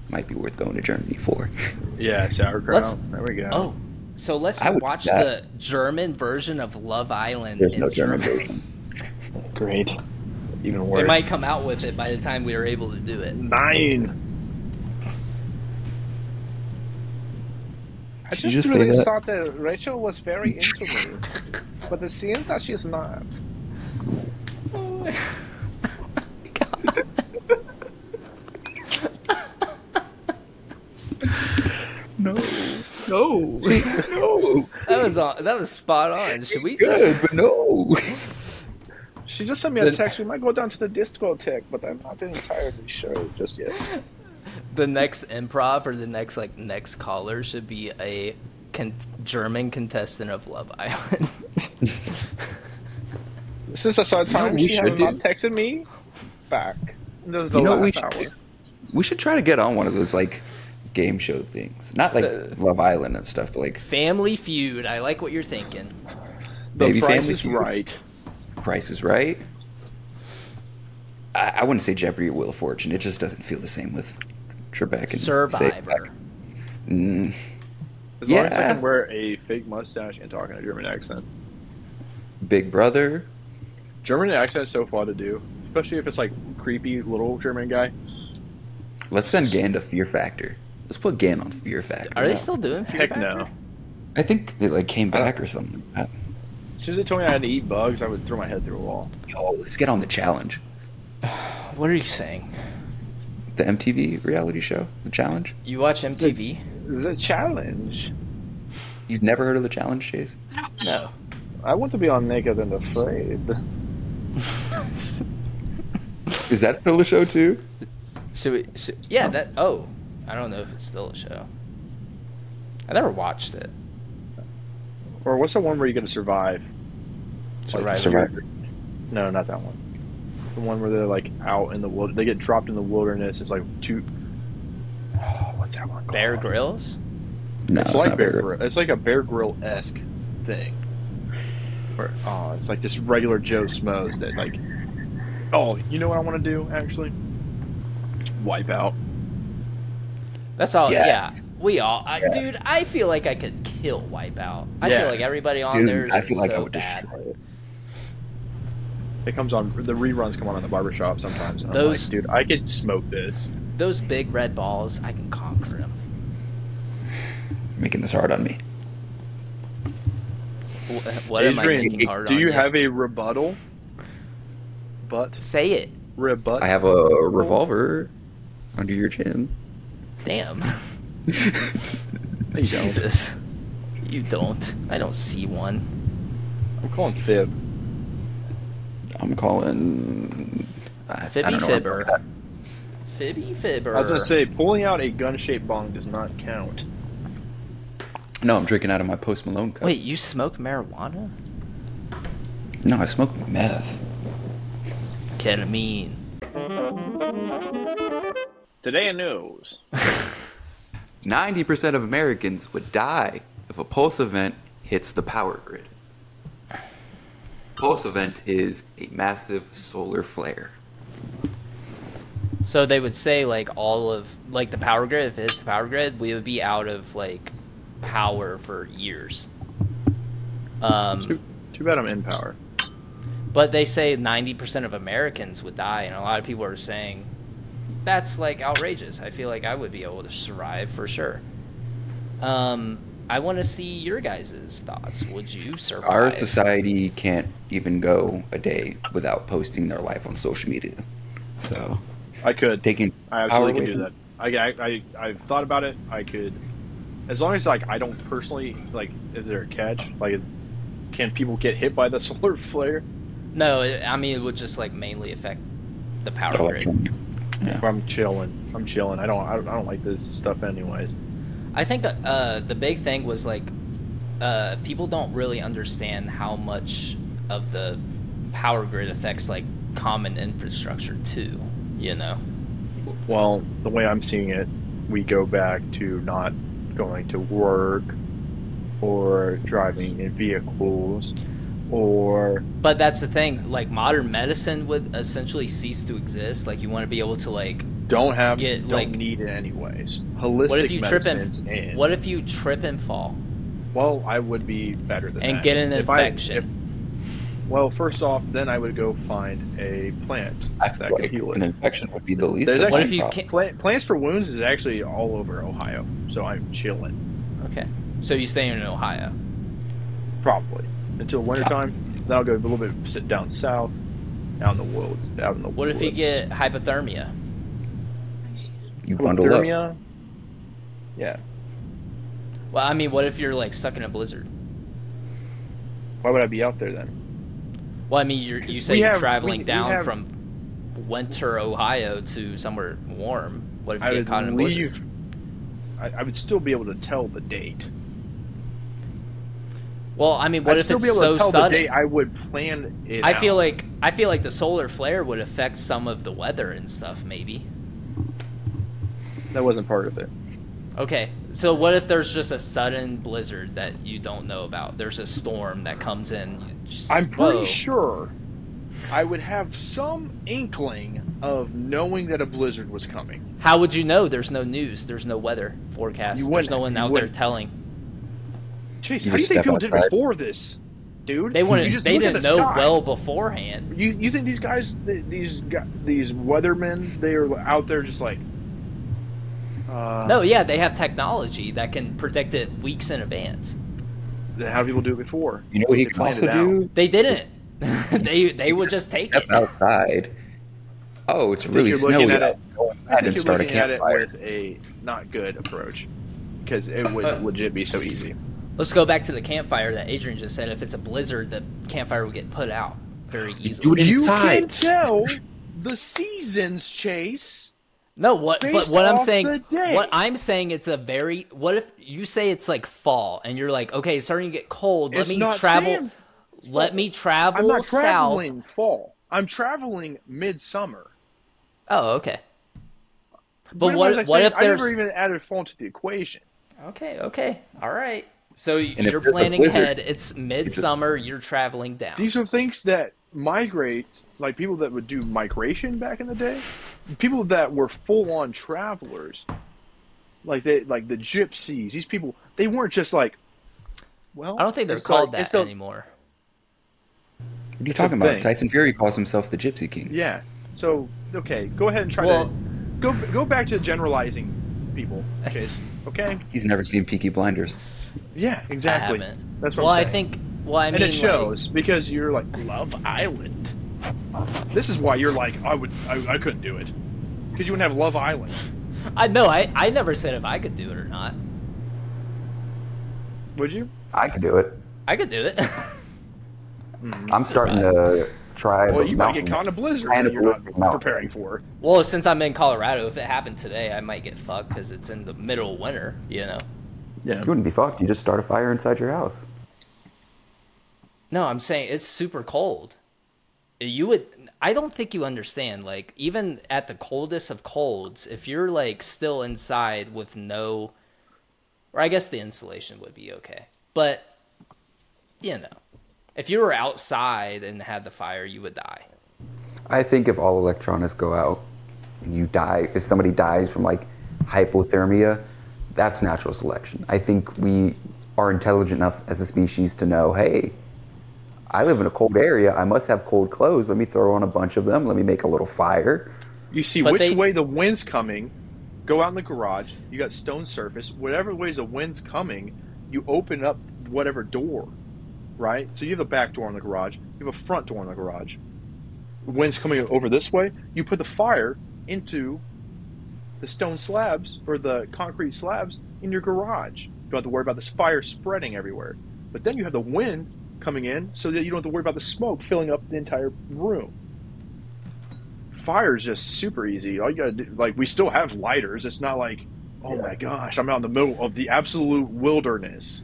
Speaker 3: might be worth going to Germany for.
Speaker 1: Yeah,
Speaker 2: Let's-
Speaker 1: sauerkraut. There we go.
Speaker 2: Oh, so let's
Speaker 3: I would do
Speaker 2: watch the
Speaker 3: that.
Speaker 2: German version of Love Island.
Speaker 3: There's
Speaker 2: in
Speaker 3: no German
Speaker 2: Germany.
Speaker 3: version.
Speaker 1: great. Even worse.
Speaker 2: They might come out with it by the time we are able to do it.
Speaker 1: Nine. I
Speaker 3: Did you just say that?
Speaker 1: thought that Rachel was very introverted, but it seems that she's not.
Speaker 3: No, no, no.
Speaker 2: That was on, that was spot on. Should we just
Speaker 3: Good, but no.
Speaker 1: She just sent me
Speaker 2: The-
Speaker 1: a text. We might go down to the discotheque, but I'm not entirely sure just yet.
Speaker 2: the next improv or the next like next caller should be a con- German contestant of Love Island.
Speaker 1: Since I saw time,
Speaker 3: No, we
Speaker 1: she has
Speaker 3: should
Speaker 1: not
Speaker 3: do-
Speaker 1: texted me back. This is the
Speaker 3: You know what we
Speaker 1: last
Speaker 3: should
Speaker 1: hour.
Speaker 3: do? We should try to get on one of those like game show things. Not like
Speaker 2: Uh,
Speaker 3: Love Island and stuff, but like
Speaker 2: Family Feud. I like what you're thinking.
Speaker 1: The
Speaker 3: Maybe
Speaker 1: price
Speaker 3: Family
Speaker 1: is
Speaker 3: Feud?
Speaker 1: right.
Speaker 3: Price is Right. I, I wouldn't say Jeopardy or Wheel of Fortune. It just doesn't feel the same with Trebek and
Speaker 2: Survivor.
Speaker 3: Sabac. Mm,
Speaker 1: As long as I
Speaker 3: Yeah.
Speaker 1: can wear a fake mustache and talk in a German accent.
Speaker 3: Big Brother.
Speaker 1: German accent is so fun to do, especially if it's like creepy little German guy.
Speaker 3: Let's send Gan to Fear Factor. Let's put Gan on Fear Factor.
Speaker 2: Are they still doing Fear
Speaker 1: Heck
Speaker 2: Factor?
Speaker 1: no.
Speaker 3: I think it like came back or something. Uh,
Speaker 1: As soon as they told me I had to eat bugs, I would throw my head through a wall.
Speaker 3: Yo, let's get on the challenge.
Speaker 2: What are you saying?
Speaker 3: The MTV reality show, the challenge.
Speaker 2: You watch MTV?
Speaker 1: It's a challenge.
Speaker 3: You've never heard of the challenge, Chase?
Speaker 2: No.
Speaker 1: I want to be on Naked and Afraid.
Speaker 3: Is that still the show too?
Speaker 2: Should we? Should, yeah. That. Oh, I don't know if it's still a show. I never watched it.
Speaker 1: Or what's the one where you're going to survive?
Speaker 2: Survivor.
Speaker 3: Survivor.
Speaker 1: No, not that one. The one where they're like out in the wild. They get dropped in the wilderness. It's like two. what's that one called?
Speaker 2: Bear Grylls.
Speaker 3: No,
Speaker 1: It's,
Speaker 3: it's,
Speaker 1: like
Speaker 3: not
Speaker 1: Bear
Speaker 3: Bear
Speaker 1: Grill.
Speaker 3: Grylls.
Speaker 1: It's like a Bear Grill esque thing. Where, oh, it's like just regular Joe Smoes that like. Oh, you know what I want to do actually? Wipe out.
Speaker 2: That's all.
Speaker 3: Yes.
Speaker 2: Yeah, we all. I,
Speaker 3: Yes.
Speaker 2: Dude, I feel like I could kill Wipeout. I
Speaker 1: Yeah.
Speaker 2: feel like everybody on there is
Speaker 3: Dude, I feel like
Speaker 2: so
Speaker 3: I would
Speaker 2: bad.
Speaker 3: destroy it.
Speaker 1: It comes on. The reruns come on in the barbershop sometimes. And
Speaker 2: Those-
Speaker 1: I'm like, dude, I could smoke this.
Speaker 2: Those big red balls, I can conquer them.
Speaker 3: Making this hard on me.
Speaker 2: Wh- What am I
Speaker 1: Adrian,
Speaker 2: making hard
Speaker 1: do
Speaker 2: on
Speaker 1: you have a rebuttal? But
Speaker 2: Say it.
Speaker 1: rebut.
Speaker 3: I have a revolver under your chin.
Speaker 2: Damn.
Speaker 1: There you go.
Speaker 2: Jesus. You don't. I don't see one.
Speaker 1: I'm calling fib.
Speaker 3: I'm calling. I, I
Speaker 2: Uh, Fibby
Speaker 3: don't know. where I'm
Speaker 2: Fibber.
Speaker 3: going with that.
Speaker 2: Fibby Fibber.
Speaker 1: I was gonna say pulling out a gun-shaped bong does not count.
Speaker 3: No, I'm drinking out of my Post Malone cup.
Speaker 2: Wait, you smoke marijuana?
Speaker 3: No, I smoke meth.
Speaker 2: Ketamine.
Speaker 1: Today in news.
Speaker 3: 90% of Americans would die if a pulse event hits the power grid. Pulse event is a massive solar flare.
Speaker 2: So they would say like all of like the power grid. If it's the power grid, we would be out of like power for years.
Speaker 1: Too,
Speaker 2: Um,
Speaker 1: too bad I'm in power.
Speaker 2: but they say ninety percent of Americans would die, and a lot of people are saying that's like outrageous. I feel like I would be able to survive for sure. Um, I want to see your guys' thoughts. Would you survive?
Speaker 3: Our society can't even go a day without posting their life on social media. So,
Speaker 1: I could.
Speaker 3: taking
Speaker 1: I
Speaker 3: power
Speaker 1: absolutely
Speaker 3: away
Speaker 1: could do
Speaker 3: from
Speaker 1: that. I, I, I, I've thought about it. I could, as long as like I don't personally like. Is there a catch? Like, can people get hit by the solar flare?
Speaker 2: No, it, I mean it would just like mainly affect the power grid.
Speaker 3: electronics. Yeah.
Speaker 1: I'm chilling. I'm chilling. I don't. I don't, I don't like this stuff anyways.
Speaker 2: I think uh, the big thing was like uh, people don't really understand how much of the power grid affects like common infrastructure too. You know,
Speaker 1: Well, the way I'm seeing it, we go back to not going to work, or driving in vehicles, or
Speaker 2: but that's the thing. Like modern medicine would essentially cease to exist. Like you want to be able to like.
Speaker 1: don't have.
Speaker 2: Get,
Speaker 1: don't
Speaker 2: like-
Speaker 1: need it anyways. Holistic
Speaker 2: What if you trip
Speaker 1: medicines
Speaker 2: and,
Speaker 1: and
Speaker 2: What if you trip and fall
Speaker 1: Well, I would be better than
Speaker 2: and
Speaker 1: that.
Speaker 2: get an
Speaker 1: If I-
Speaker 2: infection?
Speaker 1: if- well, first off, then I would go find a plant
Speaker 3: I feel
Speaker 1: that could
Speaker 3: like
Speaker 1: heal
Speaker 3: an
Speaker 1: it.
Speaker 3: infection would be the least.
Speaker 1: There's
Speaker 3: of
Speaker 1: actually-
Speaker 2: what
Speaker 3: my
Speaker 2: if you
Speaker 3: problems.
Speaker 2: can't?
Speaker 1: Plant, plants for wounds is actually all over Ohio, so I'm chilling
Speaker 2: Okay, so you stay in Ohio.
Speaker 1: probably until wintertime. Then I'll go a little bit sit down south, out in the woods, out in the
Speaker 2: What if you
Speaker 1: woods.
Speaker 2: get hypothermia?
Speaker 3: You bundle up.
Speaker 1: Hypothermia? Yeah.
Speaker 2: Well, I mean, what if you're like stuck in a blizzard?
Speaker 1: Why would I be out there then?
Speaker 2: Well, I mean, you're, you say
Speaker 1: We
Speaker 2: you're
Speaker 1: have-
Speaker 2: traveling
Speaker 1: we- we
Speaker 2: down
Speaker 1: have-
Speaker 2: from winter Ohio to somewhere warm. What if you
Speaker 1: I
Speaker 2: get
Speaker 1: would
Speaker 2: caught in a blizzard?
Speaker 1: leave. I, I would still be able to tell the date.
Speaker 2: Well, I mean, what
Speaker 1: I'd
Speaker 2: if
Speaker 1: still
Speaker 2: it's
Speaker 1: be able
Speaker 2: so
Speaker 1: to tell
Speaker 2: sudden?
Speaker 1: the date. I would plan it.
Speaker 2: I feel
Speaker 1: out.
Speaker 2: like I feel like the solar flare would affect some of the weather and stuff. Maybe.
Speaker 1: that wasn't part of it.
Speaker 2: Okay, so what if there's just a sudden blizzard that you don't know about? There's a storm that comes in. you just-
Speaker 1: I'm pretty
Speaker 2: whoa.
Speaker 1: sure I would have some inkling of knowing that a blizzard was coming.
Speaker 2: How would you know? There's no news. There's no weather forecast.
Speaker 1: You
Speaker 2: There's
Speaker 1: wouldn't-
Speaker 2: no one
Speaker 1: you
Speaker 2: out there
Speaker 1: wouldn't.
Speaker 2: telling.
Speaker 1: Chase,
Speaker 3: You
Speaker 1: how do you
Speaker 3: just
Speaker 1: think
Speaker 3: step
Speaker 1: people did
Speaker 3: outside.
Speaker 1: before this, dude?
Speaker 2: They
Speaker 1: You
Speaker 2: wouldn't.
Speaker 1: just
Speaker 2: They
Speaker 1: look at
Speaker 2: didn't
Speaker 1: the
Speaker 2: know
Speaker 1: sky.
Speaker 2: well beforehand.
Speaker 1: You you think these guys, th- these gu- these weathermen, they are out there just like? Uh,
Speaker 2: No, yeah, they have technology that can predict it weeks in advance.
Speaker 1: then How do people do it before?
Speaker 3: You know what he
Speaker 1: They
Speaker 3: can
Speaker 1: planned
Speaker 3: also
Speaker 1: it out.
Speaker 3: do?
Speaker 2: They didn't. they they would just take it.
Speaker 3: Step outside. Oh, it's
Speaker 1: think
Speaker 3: really
Speaker 1: you're looking
Speaker 3: snowy.
Speaker 1: at
Speaker 3: out.
Speaker 1: it- I
Speaker 3: Go inside
Speaker 1: think
Speaker 3: and
Speaker 1: you're
Speaker 3: start a
Speaker 1: looking at it
Speaker 3: campfire.
Speaker 1: with a not good approach because it would
Speaker 2: Uh,
Speaker 1: legit be so easy.
Speaker 2: Let's go back to the campfire that Adrian just said. If it's a blizzard, the campfire would get put out very
Speaker 3: do
Speaker 2: easily.
Speaker 3: it
Speaker 1: You can
Speaker 3: inside.
Speaker 1: tell the seasons, Chase.
Speaker 2: No, what? But
Speaker 1: based
Speaker 2: what I'm
Speaker 1: off
Speaker 2: saying,
Speaker 1: the day.
Speaker 2: what I'm saying, it's a very. What if you say it's like fall and you're like, okay, it's starting to get cold. Let
Speaker 1: It's
Speaker 2: me
Speaker 1: not
Speaker 2: travel.
Speaker 1: saying
Speaker 2: Let me travel
Speaker 1: I'm not
Speaker 2: south.
Speaker 1: traveling fall. I'm traveling midsummer.
Speaker 2: Oh, okay.
Speaker 1: was I
Speaker 2: But what, what
Speaker 1: saying?
Speaker 2: if
Speaker 1: I never
Speaker 2: there's
Speaker 1: even added phone to the equation?
Speaker 2: okay, okay, all right. So
Speaker 3: if
Speaker 2: you're
Speaker 3: there's a
Speaker 2: planning
Speaker 3: blizzard,
Speaker 2: ahead. It's midsummer. You're traveling down.
Speaker 1: These are things that migrate, like people that would do migration back in the day, people that were full on travelers, like they like the gypsies. These people they weren't just like. Well,
Speaker 2: I don't think they're
Speaker 1: it's
Speaker 2: called
Speaker 1: like- it's
Speaker 2: that
Speaker 1: the-
Speaker 2: anymore.
Speaker 3: What are you
Speaker 1: a
Speaker 3: talking about?
Speaker 1: thing.
Speaker 3: Tyson Fury calls himself the Gypsy King.
Speaker 1: Yeah. So okay, go ahead and try
Speaker 2: Well-
Speaker 1: to go go back to generalizing people, Chase. Okay.
Speaker 3: He's never seen Peaky Blinders.
Speaker 1: Yeah, exactly.
Speaker 2: I haven't.
Speaker 1: That's what
Speaker 2: well,
Speaker 1: I'm
Speaker 2: I
Speaker 1: saying.
Speaker 2: think. Well, I mean,
Speaker 1: and it
Speaker 2: like,
Speaker 1: shows because you're like Love Island. This is why you're like I would I, I couldn't do it because you wouldn't have Love Island.
Speaker 2: I know. I I never said if I could do it or not.
Speaker 1: Would you?
Speaker 4: I can do it.
Speaker 2: I could do it.
Speaker 4: I'm starting to try.
Speaker 1: Well,
Speaker 4: the
Speaker 1: you might
Speaker 4: mountain.
Speaker 1: get caught in a blizzard
Speaker 4: Kind
Speaker 1: that
Speaker 4: of
Speaker 1: you're not
Speaker 4: blizzard, no.
Speaker 1: preparing for.
Speaker 2: well, since I'm in Colorado, if it happened today, I might get fucked because it's in the middle of winter. You know.
Speaker 1: Yeah.
Speaker 4: You wouldn't be fucked. You just start a fire inside your house.
Speaker 2: No, I'm saying it's super cold. You would I don't think you understand like even at the coldest of colds if you're like still inside with no or I guess the insulation would be okay. But you know, if you were outside and had the fire, you would die.
Speaker 4: I think if all electronics go out and you die, if somebody dies from like hypothermia, that's natural selection. I think we are intelligent enough as a species to know, hey, I live in a cold area. I must have cold clothes. Let me throw on a bunch of them. Let me make a little fire.
Speaker 1: You see
Speaker 2: But
Speaker 1: which
Speaker 2: they-
Speaker 1: way the wind's coming. Go out in the garage. You got stone surface. Whatever ways the wind's coming, you open up whatever door, right? So you have a back door in the garage. You have a front door in the garage. Wind's coming over this way. You put the fire into the stone slabs or the concrete slabs in your garage. You don't have to worry about this fire spreading everywhere. But then you have the wind coming in, so that you don't have to worry about the smoke filling up the entire room fire is just super easy. All you gotta do, like, we still have lighters. It's not like, oh my gosh, I'm out in the middle of the absolute wilderness.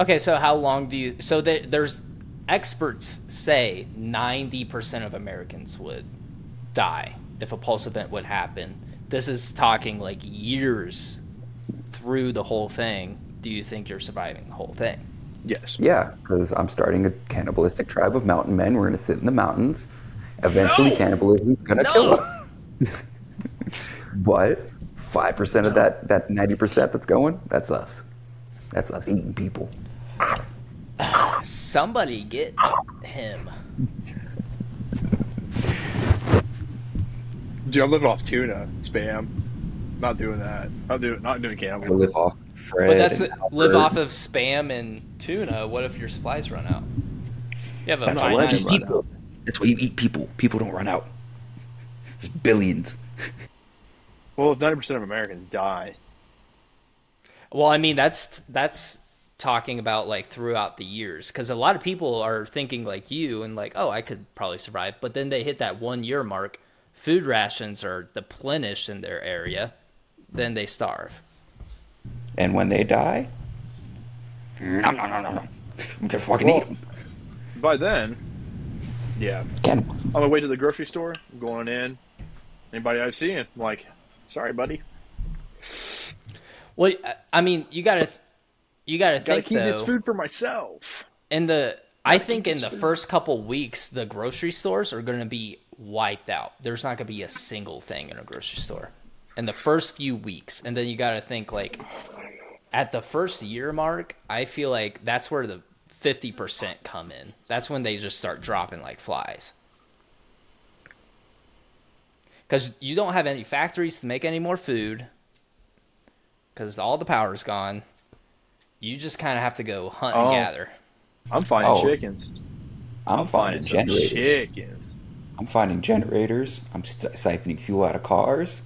Speaker 2: Okay, so how long do you so there, there's experts say 90% of Americans would die if a pulse event would happen. This is talking like years through the whole thing. Do you think you're surviving the whole thing?
Speaker 1: Yes.
Speaker 4: Yeah, because I'm starting a cannibalistic tribe of mountain men. We're going to sit in the mountains. Eventually,
Speaker 2: No!
Speaker 4: cannibalism's going to
Speaker 2: No!
Speaker 4: kill them. but 5% of that, that 90% that's going, that's us. That's us eating people.
Speaker 2: Somebody get him.
Speaker 1: Dude, I'm living off tuna, spam. Not doing that. Not doing, not doing
Speaker 3: I
Speaker 1: cannibal.
Speaker 3: live off Fred.
Speaker 2: But that's
Speaker 3: and
Speaker 2: live
Speaker 3: Albert.
Speaker 2: off of spam and tuna. What if your supplies run out? You have a
Speaker 3: That's why
Speaker 2: finite
Speaker 3: you eat people. That's why you eat people. People don't run out. There's billions.
Speaker 1: Well, if 90% of Americans die,
Speaker 2: Well, I mean that's that's talking about like throughout the years because a lot of people are thinking like you and like oh I could probably survive, but then they hit that one year mark, food rations are deplenished in their area, then they starve.
Speaker 3: And when they die, nom, nom, nom, nom, nom. I'm gonna fucking
Speaker 1: Well-
Speaker 3: eat them.
Speaker 1: by then, yeah.
Speaker 3: Cannibalism.
Speaker 1: On my way to the grocery store, I'm going in. Anybody I've seen, I'm like, sorry, buddy.
Speaker 2: Well, I- I mean you gotta you gotta
Speaker 1: Gotta
Speaker 2: think
Speaker 1: keep
Speaker 2: though.
Speaker 1: this food for myself.
Speaker 2: in the I think in the first couple weeks the grocery stores are going to be wiped out. There's not going to be a single thing in a grocery store in the first few weeks. And then you got to think like at the first year mark, I feel like that's where the 50% come in. That's when they just start dropping like flies. Cuz you don't have any factories to make any more food cuz all the power's gone. You just kind of have to go hunt and
Speaker 1: Oh.
Speaker 2: gather.
Speaker 1: I'm finding
Speaker 3: Oh,
Speaker 1: chickens.
Speaker 3: I'm,
Speaker 1: Finding
Speaker 3: finding
Speaker 1: some
Speaker 3: generators.
Speaker 1: chickens.
Speaker 3: I'm finding generators. I'm si- siphoning fuel out of cars.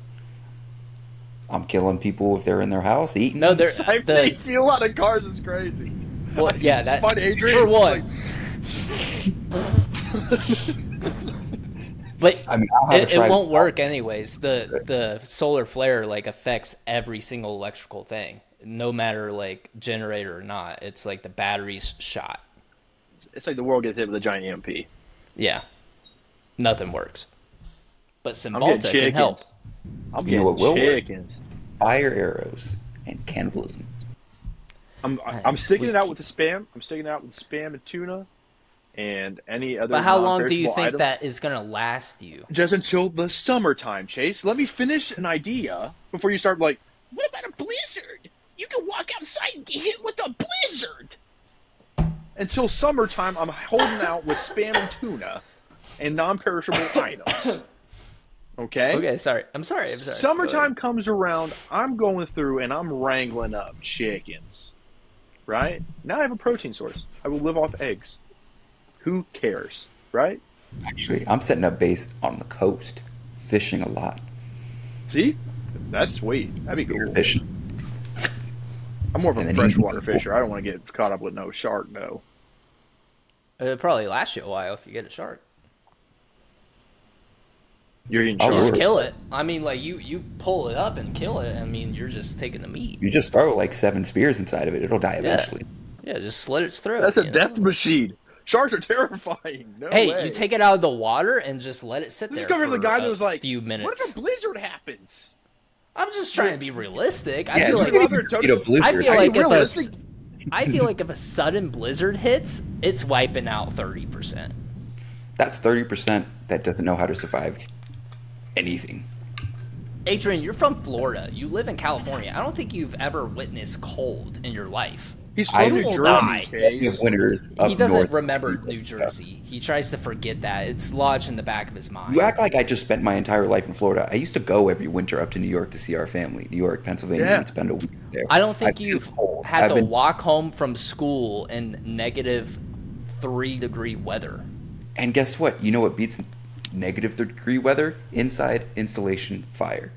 Speaker 3: I'm killing people if they're in their house eating.
Speaker 2: No, they're
Speaker 1: I
Speaker 2: the,
Speaker 1: feel a lot of cars is crazy.
Speaker 2: well, yeah, that
Speaker 1: Find Adrian.
Speaker 2: for
Speaker 1: it's
Speaker 2: what? But
Speaker 3: I mean, I'll have
Speaker 2: it,
Speaker 3: a
Speaker 2: it
Speaker 3: tribe-
Speaker 2: won't work anyways. The the solar flare like affects every single electrical thing, no matter like generator or not. It's like the batteries shot.
Speaker 1: It's like the world gets hit with a giant E EMP.
Speaker 2: Yeah, nothing works. But
Speaker 1: I'm getting
Speaker 2: Cymbalta can help.
Speaker 1: chickens. I'm
Speaker 3: You know
Speaker 1: getting
Speaker 3: what will work?
Speaker 1: chickens.
Speaker 3: Fire arrows and cannibalism.
Speaker 1: I'm
Speaker 2: That
Speaker 1: I'm
Speaker 2: is
Speaker 1: sticking it out with
Speaker 2: weak.
Speaker 1: the spam. I'm sticking it out with spam and tuna, and any other.
Speaker 2: But how long do you
Speaker 1: non-perishable
Speaker 2: think
Speaker 1: items.
Speaker 2: that is gonna last you?
Speaker 1: Just until the summertime, Chase. Let me finish an idea before you start like. What about a blizzard? You can walk outside and get hit with a blizzard. Until summertime, I'm holding out with spam and tuna, and non-perishable items. Okay.
Speaker 2: Okay, sorry. I'm sorry. I'm sorry.
Speaker 1: Summertime comes around, I'm going through and I'm wrangling up chickens. Right? Now I have a protein source. I will live off eggs. Who cares? Right?
Speaker 3: Actually, I'm setting up base on the coast, fishing a lot.
Speaker 1: See? That's sweet. That'd be
Speaker 3: Spear
Speaker 1: cool.
Speaker 3: Fishing.
Speaker 1: I'm more of
Speaker 3: And
Speaker 1: a
Speaker 3: then
Speaker 1: freshwater
Speaker 3: eat them.
Speaker 1: fisher. I don't want to get caught up with no shark, though.
Speaker 2: Uh, It'll probably last you a while if you get a shark.
Speaker 1: You're eating
Speaker 3: I'll
Speaker 1: shark.
Speaker 2: Just
Speaker 3: Oh, Sure.
Speaker 2: kill it. I mean, like you you pull it up and kill it. I mean, you're just taking the meat.
Speaker 3: You just throw like seven spears inside of it; it'll die eventually.
Speaker 2: Yeah, just slit its throat.
Speaker 1: That's
Speaker 2: you
Speaker 1: a
Speaker 2: know?
Speaker 1: death machine. Sharks are terrifying. No
Speaker 2: Hey,
Speaker 1: way.
Speaker 2: you take it out of the water and just let it sit
Speaker 1: This is
Speaker 2: there
Speaker 1: coming
Speaker 2: for
Speaker 1: from the guy
Speaker 2: a
Speaker 1: that was like,
Speaker 2: few
Speaker 1: What
Speaker 2: minutes.
Speaker 1: if a blizzard happens?
Speaker 2: I'm just trying to be realistic. I
Speaker 3: Yeah,
Speaker 2: feel
Speaker 3: you
Speaker 2: like
Speaker 3: can
Speaker 1: Mother
Speaker 3: eat a
Speaker 1: Tony-
Speaker 3: blizzard.
Speaker 2: I feel
Speaker 1: Are you
Speaker 2: like if a, s-
Speaker 1: realistic?
Speaker 2: I feel like if a sudden blizzard hits, it's wiping out thirty percent.
Speaker 3: That's thirty percent that doesn't know how to survive anything.
Speaker 2: Adrian, you're from Florida. You live in California. I don't think you've ever witnessed cold in your life.
Speaker 1: He's
Speaker 3: I
Speaker 1: from New
Speaker 2: will
Speaker 1: Jersey,
Speaker 2: die.
Speaker 3: We have
Speaker 1: Chase.
Speaker 3: winters up
Speaker 2: he doesn't
Speaker 3: north.
Speaker 2: remember New Jersey. He tries to forget that. It's lodged in the back of his mind.
Speaker 3: You act like I just spent my entire life in Florida. I used to go every winter up to New York to see our family, New York, Pennsylvania,
Speaker 1: Yeah.
Speaker 3: and spend a week there.
Speaker 2: I don't think
Speaker 3: I've been
Speaker 2: you've
Speaker 3: cold.
Speaker 2: had
Speaker 3: I've
Speaker 2: to
Speaker 3: been-
Speaker 2: walk home from school in negative three degree weather.
Speaker 3: And guess what? You know what beats negative degree weather? Inside insulation fire.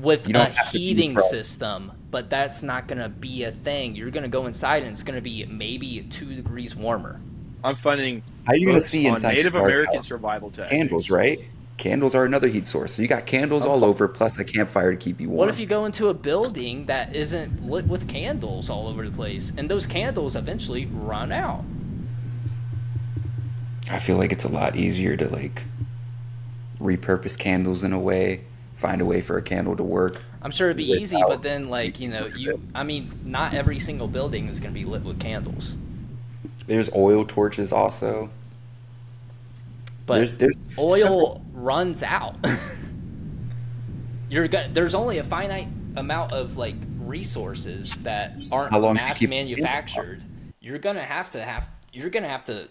Speaker 2: with
Speaker 3: You
Speaker 2: a
Speaker 3: don't have to be
Speaker 2: heating
Speaker 3: pro.
Speaker 2: system, but that's not going to be a thing. You're going to go inside and it's going to be maybe two degrees warmer.
Speaker 1: I'm finding
Speaker 3: How are you gonna
Speaker 1: books
Speaker 3: see
Speaker 1: on
Speaker 3: inside
Speaker 1: Native
Speaker 3: dark
Speaker 1: American
Speaker 3: house?
Speaker 1: survival tech.
Speaker 3: Candles, right? Candles are another heat source. So you got candles all over, plus a campfire to keep you warm.
Speaker 2: What if you go into a building that isn't lit with candles all over the place and those candles eventually run out?
Speaker 3: I feel like it's a lot easier to like repurpose candles in a way, find a way for a candle to work.
Speaker 2: I'm sure it'd be
Speaker 3: Without-
Speaker 2: easy, but then like, you know, you I mean, not every single building is going to be lit with candles.
Speaker 3: There's oil torches also.
Speaker 2: But
Speaker 3: there's, there's
Speaker 2: oil
Speaker 3: several-
Speaker 2: runs out. You're go- there's only a finite amount of like resources that aren't
Speaker 3: How long do you
Speaker 2: mass
Speaker 3: keep-
Speaker 2: manufactured. You're gonna have to have you're gonna have to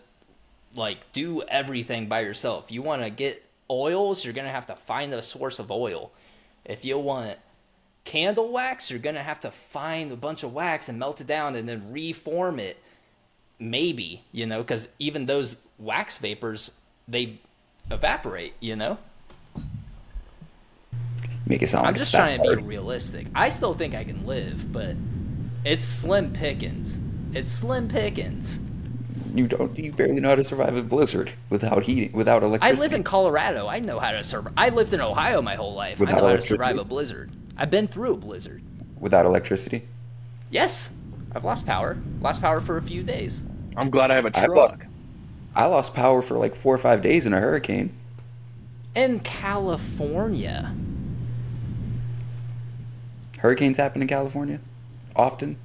Speaker 2: like do everything by yourself. You want to get oils, you're gonna have to find a source of oil. If you want candle wax, you're gonna have to find a bunch of wax and melt it down and then reform it maybe you know because even those wax vapors they evaporate you know
Speaker 3: make it sound
Speaker 2: i'm
Speaker 3: like
Speaker 2: just
Speaker 3: it's that
Speaker 2: trying to be
Speaker 3: hard.
Speaker 2: realistic i still think i can live but it's slim pickings it's slim pickings
Speaker 3: You don't. You barely know how to survive a blizzard without heating, without
Speaker 2: i
Speaker 3: electricity.
Speaker 2: live in colorado i know how to survive i lived in ohio my whole life
Speaker 3: Without
Speaker 2: i know how to
Speaker 3: electricity?
Speaker 2: survive a blizzard i've been through a blizzard
Speaker 3: without electricity.
Speaker 2: yes i've lost power lost power for a few days
Speaker 1: I'm glad I have a
Speaker 3: I've
Speaker 1: truck.
Speaker 3: lost- I lost power for like four or five days in a hurricane.
Speaker 2: in california
Speaker 3: Hurricanes happen in California often.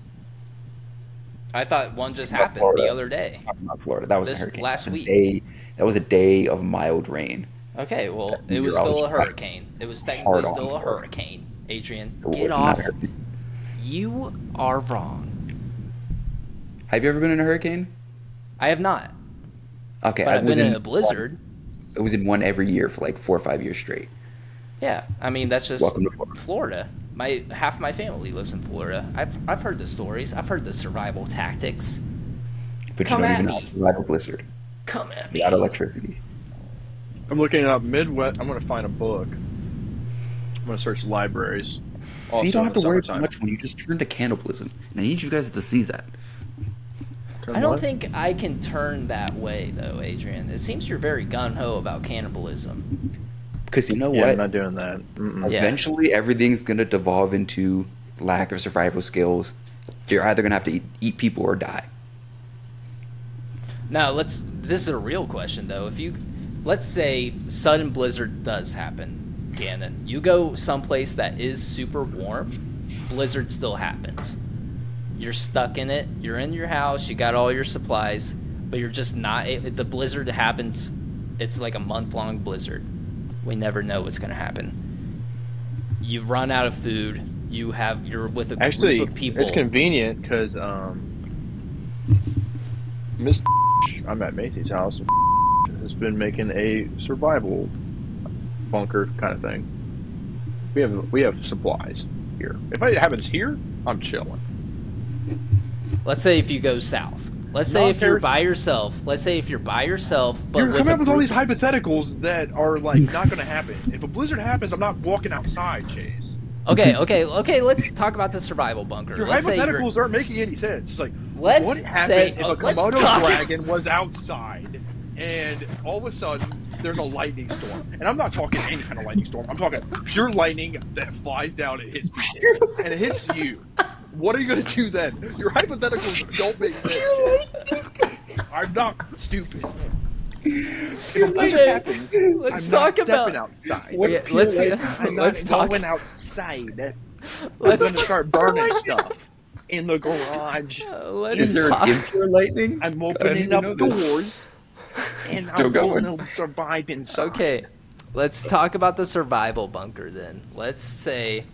Speaker 2: i thought one just
Speaker 3: About
Speaker 2: happened the
Speaker 3: Florida.
Speaker 2: other day
Speaker 3: Talking about Florida, that was
Speaker 2: This
Speaker 3: a hurricane.
Speaker 2: last
Speaker 3: That was a
Speaker 2: week.
Speaker 3: day- that was a day of mild rain.
Speaker 2: Okay, well,
Speaker 3: That
Speaker 2: it was still a
Speaker 3: meteorologist got
Speaker 2: hurricane. It was technically
Speaker 3: hard on
Speaker 2: still a
Speaker 3: for it.
Speaker 2: hurricane. Adrian,
Speaker 3: It was
Speaker 2: get
Speaker 3: not
Speaker 2: off.
Speaker 3: a hurricane.
Speaker 2: You are wrong.
Speaker 3: Have you ever been in a hurricane?
Speaker 2: I have not,
Speaker 3: Okay,
Speaker 2: but
Speaker 3: I
Speaker 2: I've
Speaker 3: was
Speaker 2: been in a blizzard.
Speaker 3: I was in one every year for like four or five years straight.
Speaker 2: Yeah, I mean that's just
Speaker 3: Welcome to Florida.
Speaker 2: Florida. My half my family lives in Florida. I've I've heard the stories. I've heard the survival tactics.
Speaker 3: But
Speaker 2: Come
Speaker 3: you don't
Speaker 2: at
Speaker 3: even
Speaker 2: me.
Speaker 3: know how to survive a blizzard
Speaker 2: Come at me.
Speaker 3: without electricity.
Speaker 1: I'm looking up Midwest. I'm going to find a book. I'm going to search libraries.
Speaker 3: So
Speaker 1: Also
Speaker 3: you don't
Speaker 1: in
Speaker 3: have
Speaker 1: the
Speaker 3: to worry too
Speaker 1: summertime.
Speaker 3: much when you just turn to cannibalism. And I need you guys to see that.
Speaker 2: I don't think I can turn that way though, Adrian. It seems you're very gun ho about cannibalism.
Speaker 3: Because you know
Speaker 1: Yeah, I'm
Speaker 3: what?
Speaker 1: not doing that. Mm-mm.
Speaker 2: Yeah.
Speaker 3: Eventually, everything's going to devolve into lack of survival skills. You're either going to have to eat, eat people or die.
Speaker 2: Now let's. This is a real question though. If you, let's say, sudden blizzard does happen, Ganon. You go someplace that is super warm, blizzard still happens. You're stuck in it. You're in your house. You got all your supplies, but you're just not. It, the blizzard happens. It's like a month long blizzard. We never know what's gonna happen. You run out of food. You have. You're with a
Speaker 1: Actually,
Speaker 2: group of people.
Speaker 1: it's convenient because um, Miss I'm at Macy's house and has been making a survival bunker kind of thing. We have we have supplies here. If it happens here, I'm chilling.
Speaker 2: Let's say if you go south. Let's
Speaker 1: No,
Speaker 2: say if you're
Speaker 1: there's-
Speaker 2: by yourself. Let's say if you're by yourself, but
Speaker 1: You're
Speaker 2: with
Speaker 1: coming
Speaker 2: a
Speaker 1: up with all
Speaker 2: group-
Speaker 1: these hypotheticals that are like not going to happen. If a blizzard happens, I'm not walking outside, Chase.
Speaker 2: Okay, okay, okay. Let's talk about the survival bunker.
Speaker 1: Your
Speaker 2: let's say you're-
Speaker 1: hypotheticals aren't making any sense. It's like,
Speaker 2: Let's
Speaker 1: what happens
Speaker 2: say-
Speaker 1: if
Speaker 2: oh,
Speaker 1: a
Speaker 2: let's
Speaker 1: Komodo
Speaker 2: talk-
Speaker 1: dragon was outside and all of a sudden there's a lightning storm? And I'm not talking any kind of lightning storm. I'm talking pure lightning that flies down and hits people and it hits you. What are you going to do then? Your hypotheticals don't make sense. I'm not stupid. If a blizzard
Speaker 2: lightning.
Speaker 1: happens,
Speaker 2: Let's
Speaker 1: I'm
Speaker 2: talk
Speaker 1: not stepping
Speaker 2: about-
Speaker 1: outside.
Speaker 2: Okay, let's
Speaker 1: I'm
Speaker 2: let's
Speaker 1: not
Speaker 2: talk.
Speaker 1: going outside.
Speaker 2: Let's
Speaker 1: I'm gonna start burning stuff in the garage.
Speaker 2: Let's
Speaker 3: Is there
Speaker 2: talk.
Speaker 3: an impure lightning?
Speaker 1: I'm
Speaker 3: I didn't
Speaker 1: opening
Speaker 3: even know
Speaker 1: up
Speaker 3: this.
Speaker 1: doors, and
Speaker 3: Still
Speaker 1: I'm
Speaker 3: going.
Speaker 1: going to survive inside.
Speaker 2: Okay, let's talk about the survival bunker then. Let's say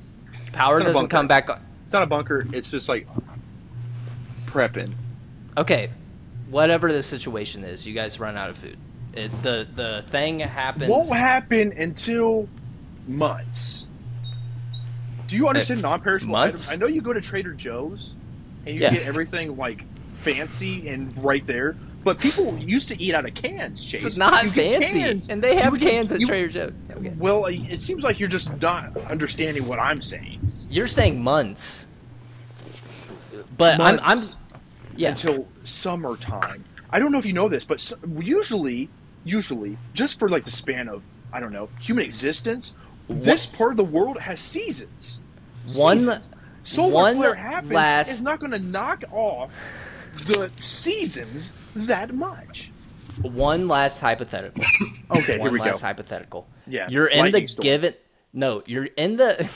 Speaker 2: power
Speaker 1: It's not a
Speaker 2: doesn't come back. on-
Speaker 1: It's not a bunker. It's just like prepping.
Speaker 2: Okay, whatever the situation is, you guys run out of food. It, the the thing happens.
Speaker 1: Won't happen until months. Do you understand non-perishable
Speaker 2: Eh, months?
Speaker 1: items? I know you go to Trader Joe's and you
Speaker 2: Yeah.
Speaker 1: get everything like fancy and right there. But people used to eat out of cans, Chase.
Speaker 2: it's not
Speaker 1: You get
Speaker 2: fancy,
Speaker 1: cans.
Speaker 2: and they have
Speaker 1: You get-
Speaker 2: cans at
Speaker 1: you-
Speaker 2: Trader Joe's. Okay.
Speaker 1: Well, it seems like you're just not understanding what I'm saying.
Speaker 2: You're saying months, but I'm
Speaker 1: Months
Speaker 2: I'm yeah.
Speaker 1: until summertime. I don't know if you know this, but s- usually, usually, just for like the span of I don't know human existence, this part of the world has seasons.
Speaker 2: One-
Speaker 1: Seasons. solar
Speaker 2: one
Speaker 1: flare happens
Speaker 2: last-
Speaker 1: is not going to knock off the seasons that much.
Speaker 2: One last hypothetical.
Speaker 1: Okay,
Speaker 2: One
Speaker 1: here we go.
Speaker 2: last hypothetical.
Speaker 1: Yeah,
Speaker 2: You're in the
Speaker 1: lightning storm.
Speaker 2: given No, you're in the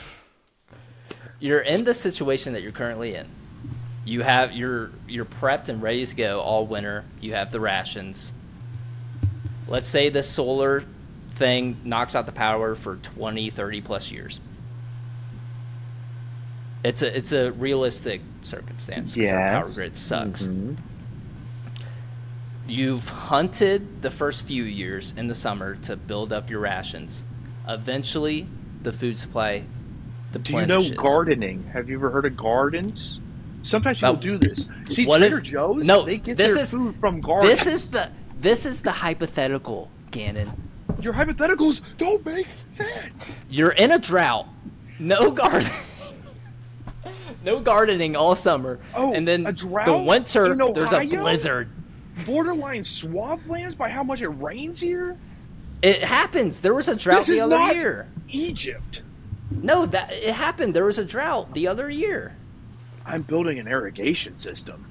Speaker 2: You're in the situation that you're currently in. You have you're you're prepped and ready to go all winter. You have the rations. Let's say the solar thing knocks out the power for 20, 30 plus years. It's a it's a realistic circumstance 'cause our power
Speaker 1: Yes.
Speaker 2: grid sucks
Speaker 1: Mm-hmm.
Speaker 2: you've hunted the first few years in the summer to build up your rations. Eventually, the food supply
Speaker 1: Do you know
Speaker 2: deplenishes.
Speaker 1: gardening? Have you ever heard of gardens? Sometimes people
Speaker 2: Now,
Speaker 1: do this. See,
Speaker 2: what if-
Speaker 1: Trader Joe's,
Speaker 2: No,
Speaker 1: they get
Speaker 2: this
Speaker 1: their
Speaker 2: is-
Speaker 1: food from gardens.
Speaker 2: This is the this is the hypothetical, Gannon.
Speaker 1: Your hypotheticals don't make sense.
Speaker 2: You're in a drought. No garden. no gardening all summer.
Speaker 1: Oh,
Speaker 2: and then
Speaker 1: a drought
Speaker 2: the winter
Speaker 1: in
Speaker 2: there's a
Speaker 1: Ohio?
Speaker 2: blizzard.
Speaker 1: Borderline swamplands by how much it rains here?
Speaker 2: It happens. There was a drought
Speaker 1: This
Speaker 2: the
Speaker 1: is
Speaker 2: other
Speaker 1: not-
Speaker 2: year.
Speaker 1: Egypt.
Speaker 2: No, that it happened. There was a drought the other year.
Speaker 1: I'm building an irrigation system.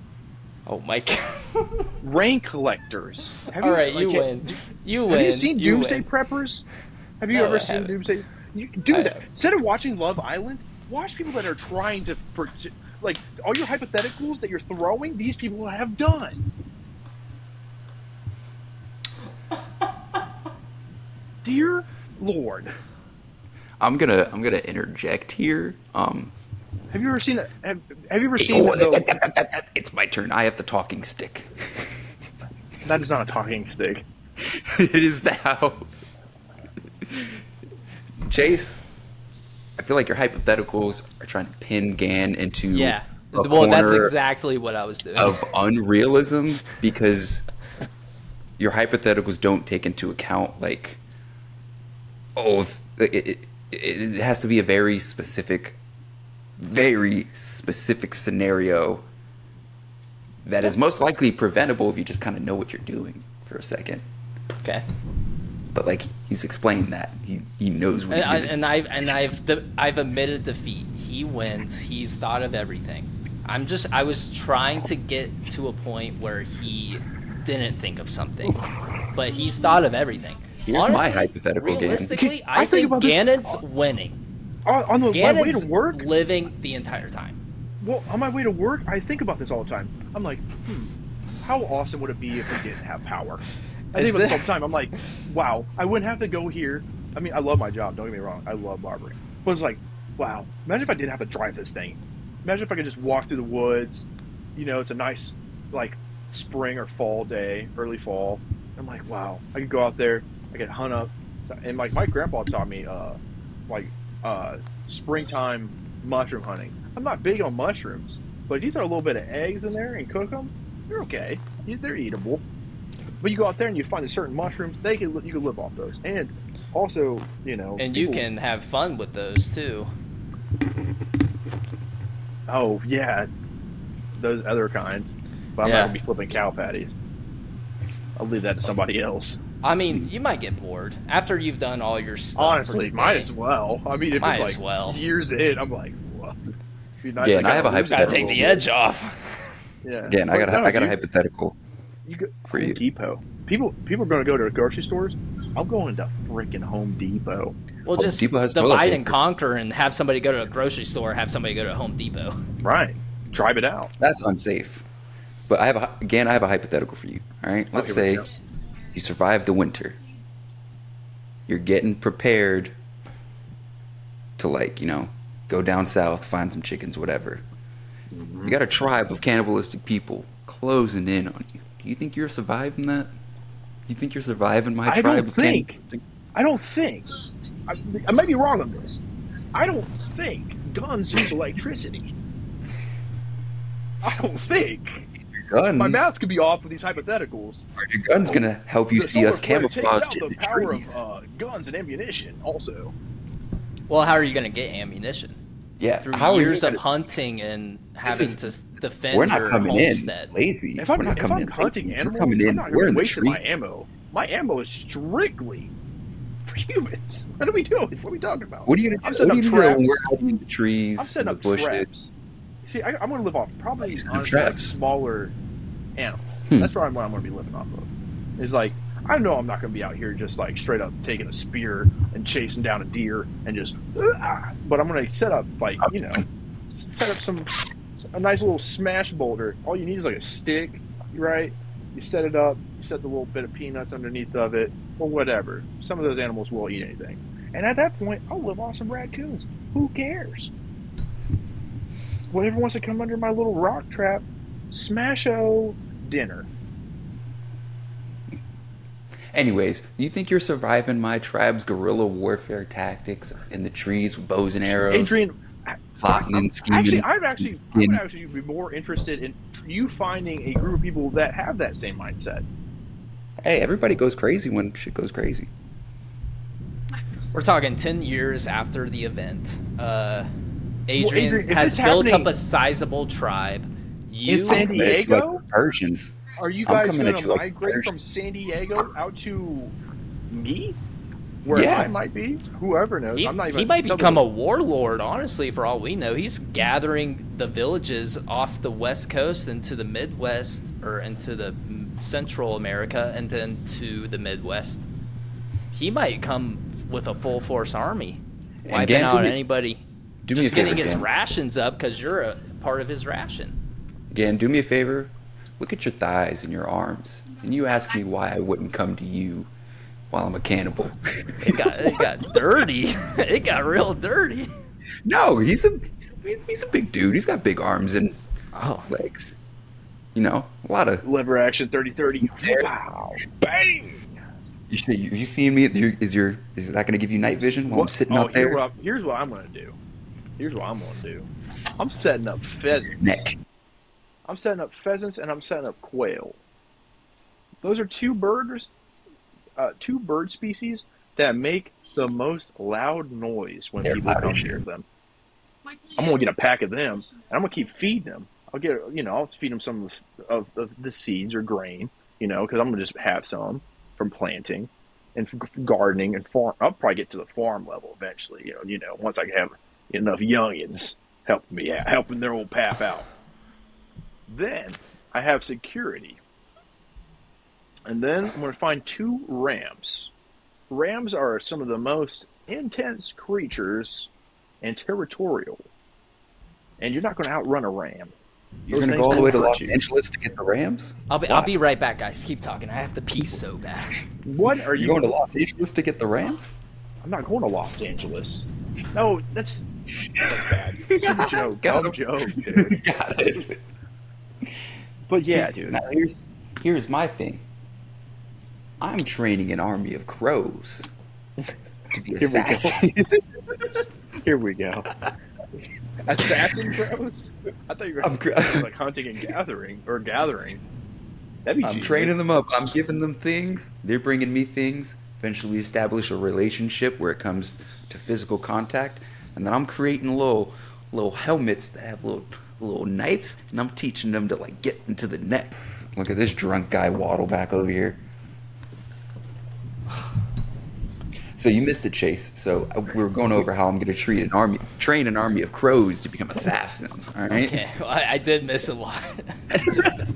Speaker 2: Oh my god.
Speaker 1: Rain collectors. Have
Speaker 2: All right,
Speaker 1: like,
Speaker 2: you
Speaker 1: have-
Speaker 2: win. You win.
Speaker 1: Have you seen Doomsday
Speaker 2: win.
Speaker 1: Preppers? Have you
Speaker 2: No, I
Speaker 1: ever seen
Speaker 2: haven't.
Speaker 1: Doomsday? You, do
Speaker 2: I
Speaker 1: that
Speaker 2: haven't.
Speaker 1: instead of watching Love Island. Watch people that are trying to, pro- to- like all your hypotheticals that you're throwing. These people have done. Dear Lord,
Speaker 3: I'm gonna I'm gonna interject here. Um,
Speaker 1: have you ever seen? a- Have, have you ever seen?
Speaker 3: oh,
Speaker 1: the-
Speaker 3: it's my turn. I have the talking stick.
Speaker 1: That is not a talking stick.
Speaker 3: it is now. Chase, I feel like your hypotheticals are trying to pin Gan into
Speaker 2: Yeah.
Speaker 3: a
Speaker 2: Well, that's
Speaker 3: corner
Speaker 2: exactly what I was doing.
Speaker 3: of unrealism because your hypotheticals don't take into account like oh if, it, it, it has to be a very specific very specific scenario that is most likely preventable if you just kind of know what you're doing for a second
Speaker 2: Okay.
Speaker 3: but like he's explained that he, he knows what
Speaker 2: And,
Speaker 3: he's
Speaker 2: I,
Speaker 3: doing
Speaker 2: and I've and I've de- I've admitted defeat. He wins. He's thought of everything. I'm just I was trying to get to a point where he didn't think of something, but he's thought of everything.
Speaker 3: Here's
Speaker 2: Honestly,
Speaker 3: my hypothetical game.
Speaker 2: realistically, I,
Speaker 1: I think
Speaker 2: think,
Speaker 1: about this-
Speaker 2: Gannon's winning.
Speaker 1: On, on the my way
Speaker 2: Gannon's
Speaker 1: to work,
Speaker 2: living the entire time.
Speaker 1: well, on my way to work, I think about this all the time. I'm like, hmm, how awesome would it be if we didn't have power? I
Speaker 2: Is
Speaker 1: think about this
Speaker 2: that-
Speaker 1: all the time. I'm like, wow, I wouldn't have to go here. I mean, I love my job. Don't get me wrong. I love barbering. But it's like, wow, imagine if I didn't have to drive this thing. Imagine if I could just walk through the woods. You know, it's a nice, like, spring or fall day, early fall. I'm like, wow, I could go out there. I could hunt up. And, like, my grandpa taught me, uh, like, uh, springtime mushroom hunting. I'm not big on mushrooms, but if you throw a little bit of eggs in there and cook them, you're okay. You- They're eatable. But you go out there and you find a certain mushrooms, they can you can live off those, and also you know,
Speaker 2: And you
Speaker 1: people-
Speaker 2: can have fun with those too.
Speaker 1: Oh yeah, those other kinds. But I'm
Speaker 2: Yeah.
Speaker 1: not gonna be flipping cow patties. I'll leave that to somebody else.
Speaker 2: I mean, you might get bored after you've done all your stuff. Oh, for
Speaker 1: Honestly,
Speaker 2: the
Speaker 1: might
Speaker 2: day.
Speaker 1: as well. I mean, if
Speaker 2: Might as
Speaker 1: it's like
Speaker 2: well.
Speaker 1: years in, I'm like, well, be nice
Speaker 3: Yeah,
Speaker 1: to
Speaker 3: and I have a
Speaker 1: kinda lose
Speaker 2: Gotta
Speaker 1: that
Speaker 2: take the
Speaker 1: little
Speaker 2: edge off.
Speaker 1: bit. Yeah.
Speaker 3: Again, I
Speaker 1: But
Speaker 3: got
Speaker 1: no,
Speaker 3: a, I got a
Speaker 1: you-
Speaker 3: hypothetical.
Speaker 1: you go,
Speaker 3: for
Speaker 1: Home
Speaker 3: you.
Speaker 1: Depot. People people are going to go to grocery stores. I'm going to freaking Home Depot.
Speaker 2: We'll
Speaker 3: Home
Speaker 2: just
Speaker 3: Depot has toilet
Speaker 2: divide and
Speaker 3: paper.
Speaker 2: conquer and have somebody go to a grocery store, have somebody go to Home Depot.
Speaker 1: Right. Drive it out.
Speaker 3: That's unsafe. But I have a, again, I have a hypothetical for you. All right, let's
Speaker 1: here we
Speaker 3: say
Speaker 1: go.
Speaker 3: you survive the winter. You're getting prepared to like you know go down south, find some chickens, whatever.
Speaker 1: Mm-hmm.
Speaker 3: You got a tribe of cannibalistic people closing in on you. Do you think you're surviving that? You think you're surviving my
Speaker 1: I
Speaker 3: tribe
Speaker 1: don't
Speaker 3: of
Speaker 1: think.
Speaker 3: cannibalistic?
Speaker 1: I don't think. I, I may be wrong on this. I don't think guns use electricity. I don't think.
Speaker 3: Guns.
Speaker 1: My math could be off with these hypotheticals.
Speaker 3: Are your guns gonna help you
Speaker 1: The
Speaker 3: see us
Speaker 1: solar flare takes
Speaker 3: camouflaged
Speaker 1: out the
Speaker 3: in the
Speaker 1: power
Speaker 3: trees?
Speaker 1: of uh, guns and ammunition. Also,
Speaker 2: Well, how are you going to get ammunition?
Speaker 3: yeah.
Speaker 2: Through
Speaker 3: how are you
Speaker 2: years of
Speaker 3: gonna-
Speaker 2: hunting and having
Speaker 3: is-
Speaker 2: to defend
Speaker 3: We're not
Speaker 2: your
Speaker 3: coming in
Speaker 2: homestead.
Speaker 3: lazy.
Speaker 1: if I'm,
Speaker 3: we're not
Speaker 1: if
Speaker 3: coming
Speaker 1: I'm
Speaker 3: in.
Speaker 1: hunting
Speaker 3: lazy.
Speaker 1: animals,
Speaker 3: we're coming in.
Speaker 1: I'm not
Speaker 3: we're
Speaker 1: gonna
Speaker 3: in
Speaker 1: be
Speaker 3: the
Speaker 1: wasting
Speaker 3: tree.
Speaker 1: my ammo. My ammo is strictly for humans. What are we doing? What are we talking about?
Speaker 3: What are you gonna
Speaker 1: I'm
Speaker 3: do?
Speaker 1: setting
Speaker 3: What are you
Speaker 1: up
Speaker 3: gonna
Speaker 1: traps.
Speaker 3: do when we're hiding in the trees,
Speaker 1: I'm
Speaker 3: in
Speaker 1: setting
Speaker 3: the
Speaker 1: up
Speaker 3: bushes?
Speaker 1: traps. You see, I, I'm going to live off probably
Speaker 3: You set up
Speaker 1: honestly, like,
Speaker 3: traps.
Speaker 1: smaller animals.
Speaker 3: Hmm.
Speaker 1: That's probably what I'm going to be living off of. It's like I know I'm not going to be out here just like straight up taking a spear and chasing down a deer and just, "Ah," but I'm going to set up like you know, set up some a nice little smash boulder. All you need is like a stick, right? You set it up. You set the little bit of peanuts underneath of it, or whatever. Some of those animals will eat anything. And at that point, I'll live off some raccoons. Who cares? Whatever wants to come under my little rock trap, smash o dinner.
Speaker 3: Anyways, you think you're surviving my tribe's guerrilla warfare tactics in the trees with bows and arrows,
Speaker 1: Adrian,
Speaker 3: plotting and scheming?
Speaker 1: actually, I'm actually, I
Speaker 3: In-
Speaker 1: would actually be more interested in you finding a group of people that have that same mindset.
Speaker 3: hey, everybody goes crazy when shit goes crazy.
Speaker 2: We're talking 10 years after the event. Uh, Adrian,
Speaker 1: Adrian, if
Speaker 2: has
Speaker 1: it's
Speaker 2: built
Speaker 1: happening-
Speaker 2: up a sizable tribe. You,
Speaker 1: Is San
Speaker 3: I'm coming at you like
Speaker 1: Diego?
Speaker 3: the Persians.
Speaker 1: Are you
Speaker 3: I'm
Speaker 1: guys
Speaker 3: coming
Speaker 1: going
Speaker 3: at
Speaker 1: to
Speaker 3: you like
Speaker 1: migrate
Speaker 3: there's-
Speaker 1: from San Diego out to me? Where
Speaker 3: Yeah.
Speaker 1: I might be, whoever knows.
Speaker 2: he,
Speaker 1: I'm not even.
Speaker 2: he might
Speaker 1: doesn't-
Speaker 2: become a warlord, honestly, for all we know. He's gathering the villages off the west coast into the Midwest or into the m- Central America and then to the Midwest. He might come with a full force army,
Speaker 3: And
Speaker 2: wiping
Speaker 3: Dan, do
Speaker 2: out
Speaker 3: me-
Speaker 2: anybody.
Speaker 3: Do me
Speaker 2: Just
Speaker 3: a favor,
Speaker 2: getting his
Speaker 3: Dan.
Speaker 2: rations up because you're a part of his ration.
Speaker 3: Dan, do me a favor. Look at your thighs and your arms, and you ask me why I wouldn't come to you while I'm a cannibal.
Speaker 2: It got it got dirty. it got real dirty.
Speaker 3: no, he's a he's a, he's a big dude. He's got big arms and
Speaker 2: Oh,
Speaker 3: legs. You know, a lot of.
Speaker 1: lever action 30 30.
Speaker 3: There.
Speaker 1: Wow. Bang!
Speaker 3: You see, you, you seeing me? you- Is your is that going to give you night vision while I'm
Speaker 1: What-
Speaker 3: sitting
Speaker 1: oh,
Speaker 3: out there?
Speaker 1: Here what, here's what I'm going to do. Here's what I'm going to do. I'm setting up pheasants.
Speaker 3: Neck.
Speaker 1: I'm setting up pheasants and I'm setting up quail. Those are two birds, uh, two bird species that make the most loud noise when
Speaker 3: They're
Speaker 1: people
Speaker 3: loud
Speaker 1: come
Speaker 3: as shit.
Speaker 1: near them. I'm gonna get a pack of them, and I'm gonna keep feeding them. I'll get, you know, I'll feed them some of, of, of the seeds or grain, you know, because I'm gonna just have some from planting and from gardening and farm. I'll probably get to the farm level eventually, you know. You know, once I have enough youngins helping me out, helping their old pap out, then I have security, and then I'm gonna find two rams. Rams are some of the most intense creatures and territorial. And you're not going to outrun a ram.
Speaker 3: You're
Speaker 1: Those
Speaker 3: gonna go all
Speaker 1: things
Speaker 3: the way to
Speaker 1: hurt
Speaker 3: Los
Speaker 1: you.
Speaker 3: Angeles to get the Rams?
Speaker 2: I'll be I'll be right back, guys. Keep talking. I have to pee so bad.
Speaker 1: What are you
Speaker 3: You're going to Los Angeles to get the Rams?
Speaker 1: I'm not going to Los Angeles. No, that's, that's bad. It's a joke.
Speaker 3: Got
Speaker 1: Dumb
Speaker 3: him.
Speaker 1: joke, dude.
Speaker 3: Got it.
Speaker 1: But yeah,
Speaker 3: See,
Speaker 1: dude.
Speaker 3: Now here's here's my thing. I'm training an army of crows to be
Speaker 1: we go.
Speaker 3: assassins.
Speaker 1: Here we go. Assassin Bros? I thought you were
Speaker 3: I'm cr-
Speaker 1: like hunting and gathering or gathering. That'd be
Speaker 3: I'm
Speaker 1: genius.
Speaker 3: training them up. I'm giving them things. They're bringing me things. Eventually, establish a relationship where it comes to physical contact, and then I'm creating little little helmets that have little little knives, and I'm teaching them to like get into the net. Look at this drunk guy waddle back over here. So you missed it, Chase. So uh, we were going over how I'm going to treat an army, train an army of crows to become assassins. All right.
Speaker 2: Okay, well, I, I did miss a lot. I did miss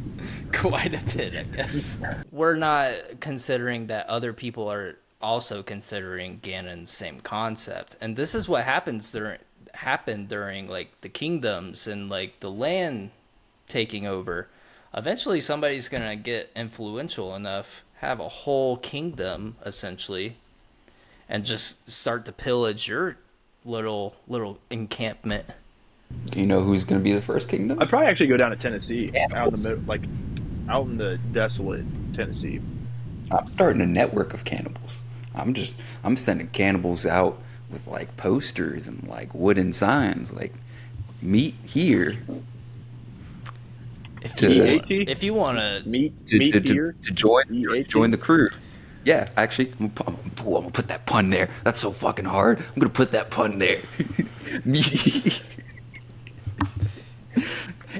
Speaker 2: Quite a bit, I guess. We're not considering that other people are also considering Ganon's same concept, and this is what happens during happened during like the kingdoms and like the land taking over. Eventually, somebody's gonna get influential enough, have a whole kingdom essentially, and just start to pillage your little little encampment.
Speaker 3: Do you know who's going to be the first kingdom?
Speaker 1: I'd probably actually go down to Tennessee,
Speaker 3: Yeah.
Speaker 1: out in the middle, like out in the desolate Tennessee.
Speaker 3: I'm starting a network of cannibals. I'm just I'm sending cannibals out with like posters and like wooden signs like meet here
Speaker 2: If
Speaker 3: To-
Speaker 2: you,
Speaker 1: EAT?
Speaker 2: if you want to,
Speaker 1: Meet,
Speaker 3: to,
Speaker 1: meet
Speaker 3: to, to-
Speaker 1: here.
Speaker 3: to join
Speaker 1: EAT?
Speaker 3: join the crew. Yeah, actually, I'm gonna, pu- I'm, gonna- ooh, I'm gonna put that pun there. That's so fucking hard. I'm gonna put that pun there. Meet.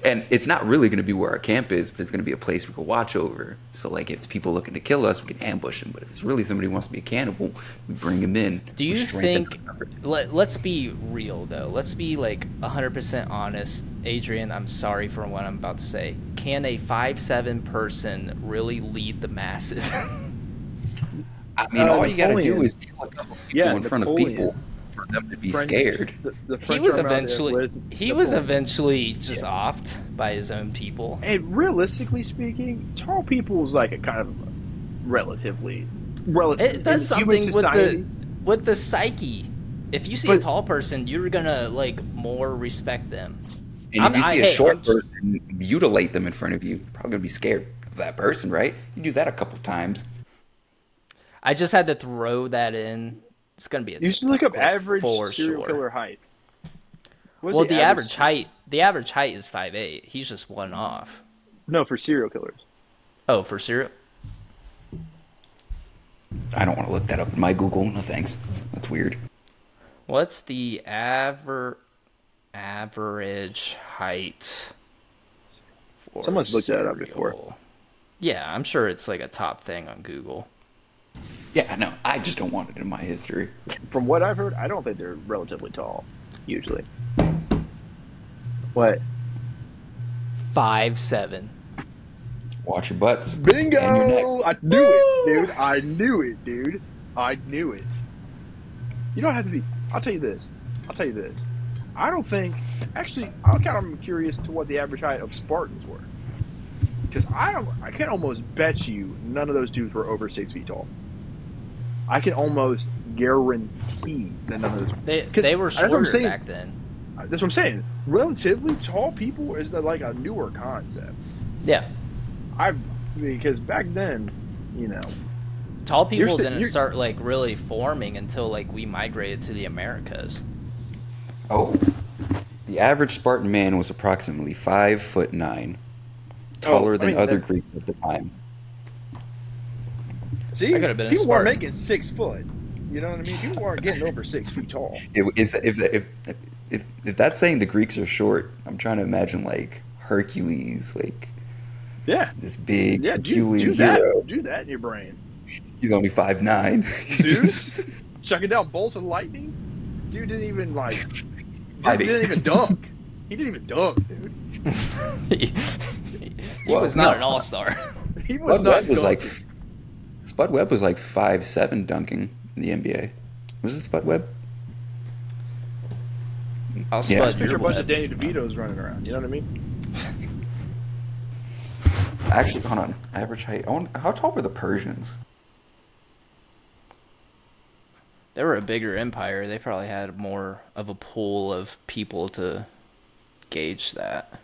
Speaker 3: and it's not really gonna be where our camp is, but it's gonna be a place we can watch over. So like, if it's people looking to kill us, we can ambush them. But if it's really somebody who wants to be a cannibal, we bring him in.
Speaker 2: do
Speaker 3: We
Speaker 2: you
Speaker 3: strengthen
Speaker 2: think?
Speaker 3: our numbers.
Speaker 2: Let, let's be real though. Let's be like 100% honest. Adrian, I'm sorry for what I'm about to say. Can a five seven person really lead the masses?
Speaker 3: I mean,
Speaker 1: Uh,
Speaker 3: all you gotta do
Speaker 1: Napoleon.
Speaker 3: is kill a couple people
Speaker 1: Yeah,
Speaker 3: in front
Speaker 1: Napoleon.
Speaker 3: of people for them to be
Speaker 1: French-
Speaker 3: scared.
Speaker 1: the- the
Speaker 2: he
Speaker 1: French
Speaker 2: was
Speaker 1: army out there
Speaker 2: eventually
Speaker 1: with
Speaker 2: he was
Speaker 1: Napoleon.
Speaker 2: eventually just offed by his own people.
Speaker 1: And realistically speaking, tall people is like a kind of relatively relative.
Speaker 2: It does
Speaker 1: in
Speaker 2: something
Speaker 1: human
Speaker 2: with
Speaker 1: society,
Speaker 2: the with the psyche. If you see a
Speaker 1: But-
Speaker 2: tall person, you're gonna like more respect them.
Speaker 3: And
Speaker 2: I'm-
Speaker 3: if you
Speaker 2: I-
Speaker 3: see a
Speaker 2: hey,
Speaker 3: short
Speaker 2: I'm-
Speaker 3: person mutilate them in front of you, you're probably gonna be scared of that person, right? You do that a couple times.
Speaker 2: I just had to throw that in. It's gonna be a
Speaker 1: You should
Speaker 2: TikTok
Speaker 1: look up
Speaker 2: clip
Speaker 1: average
Speaker 2: for
Speaker 1: serial
Speaker 2: sure.
Speaker 1: killer height. What is
Speaker 2: Well, the, average, height, the average height is five eight. He's just one off.
Speaker 1: No, for serial killers.
Speaker 2: Oh, for serial.
Speaker 3: I don't want to look that up in my Google. No thanks. That's weird.
Speaker 2: What's the aver average height? For
Speaker 1: Someone's looked that up before.
Speaker 2: serial? Yeah, I'm sure it's like a top thing on Google.
Speaker 3: Yeah, I know. I just don't want it in my history.
Speaker 1: From what I've heard, I don't think they're relatively tall, usually. What?
Speaker 2: Five seven.
Speaker 3: Watch your butts. And your
Speaker 1: Bingo!
Speaker 3: neck.
Speaker 1: I knew it, dude. I knew it, dude. I knew it. You don't have to be. I'll tell you this. I'll tell you this. I don't think. Actually, I'm kind of curious to what the average height of Spartans were. Because I, I can almost bet you none of those dudes were over six feet tall. I can almost guarantee that none of those
Speaker 2: They
Speaker 1: 'Cause
Speaker 2: they were
Speaker 1: that's what I'm
Speaker 2: shorter
Speaker 1: saying.
Speaker 2: back then.
Speaker 1: That's what I'm saying. Relatively tall people is uh, like a newer concept.
Speaker 2: Yeah,
Speaker 1: I because back then, you know,
Speaker 2: tall people
Speaker 1: si-
Speaker 2: didn't
Speaker 1: you're-
Speaker 2: start like really forming until like we migrated to the Americas.
Speaker 3: Oh. The average Spartan man was approximately five foot nine, taller
Speaker 1: Oh, I
Speaker 3: than
Speaker 1: mean,
Speaker 3: other
Speaker 1: that-
Speaker 3: Greeks at the time.
Speaker 1: see,
Speaker 2: I could've been a
Speaker 1: people were
Speaker 2: Spartan.
Speaker 1: making six foot. You know what I mean? People weren't getting over six feet tall.
Speaker 3: It, is if, if if if that's saying the Greeks are short, I'm trying to imagine like Hercules, like
Speaker 1: Yeah,
Speaker 3: this big
Speaker 1: yeah. Do,
Speaker 3: Herculean
Speaker 1: do that.
Speaker 3: hero.
Speaker 1: Do that in your brain.
Speaker 3: He's only five nine.
Speaker 1: Zeus? Chucking down bolts of lightning. Dude didn't even like. Dude
Speaker 3: Fighting.
Speaker 1: didn't even dunk. He didn't even dunk, dude.
Speaker 2: he he
Speaker 3: Well,
Speaker 2: was not
Speaker 3: no.
Speaker 2: an all star.
Speaker 1: He was
Speaker 3: Bud
Speaker 1: not.
Speaker 3: Webb was like
Speaker 1: dunking.
Speaker 3: Spud Webb was like five seven dunking in the NBA. Was it Spud Webb?
Speaker 2: I'll
Speaker 3: Yeah.
Speaker 2: spud
Speaker 3: You're
Speaker 1: There's
Speaker 2: your
Speaker 1: a bunch of
Speaker 2: web.
Speaker 1: Danny DeVitos running around. You know what I mean?
Speaker 3: Actually, hold on. Average height. I wonder- how tall were the Persians?
Speaker 2: They were a bigger empire. They probably had more of a pool of people to gauge that.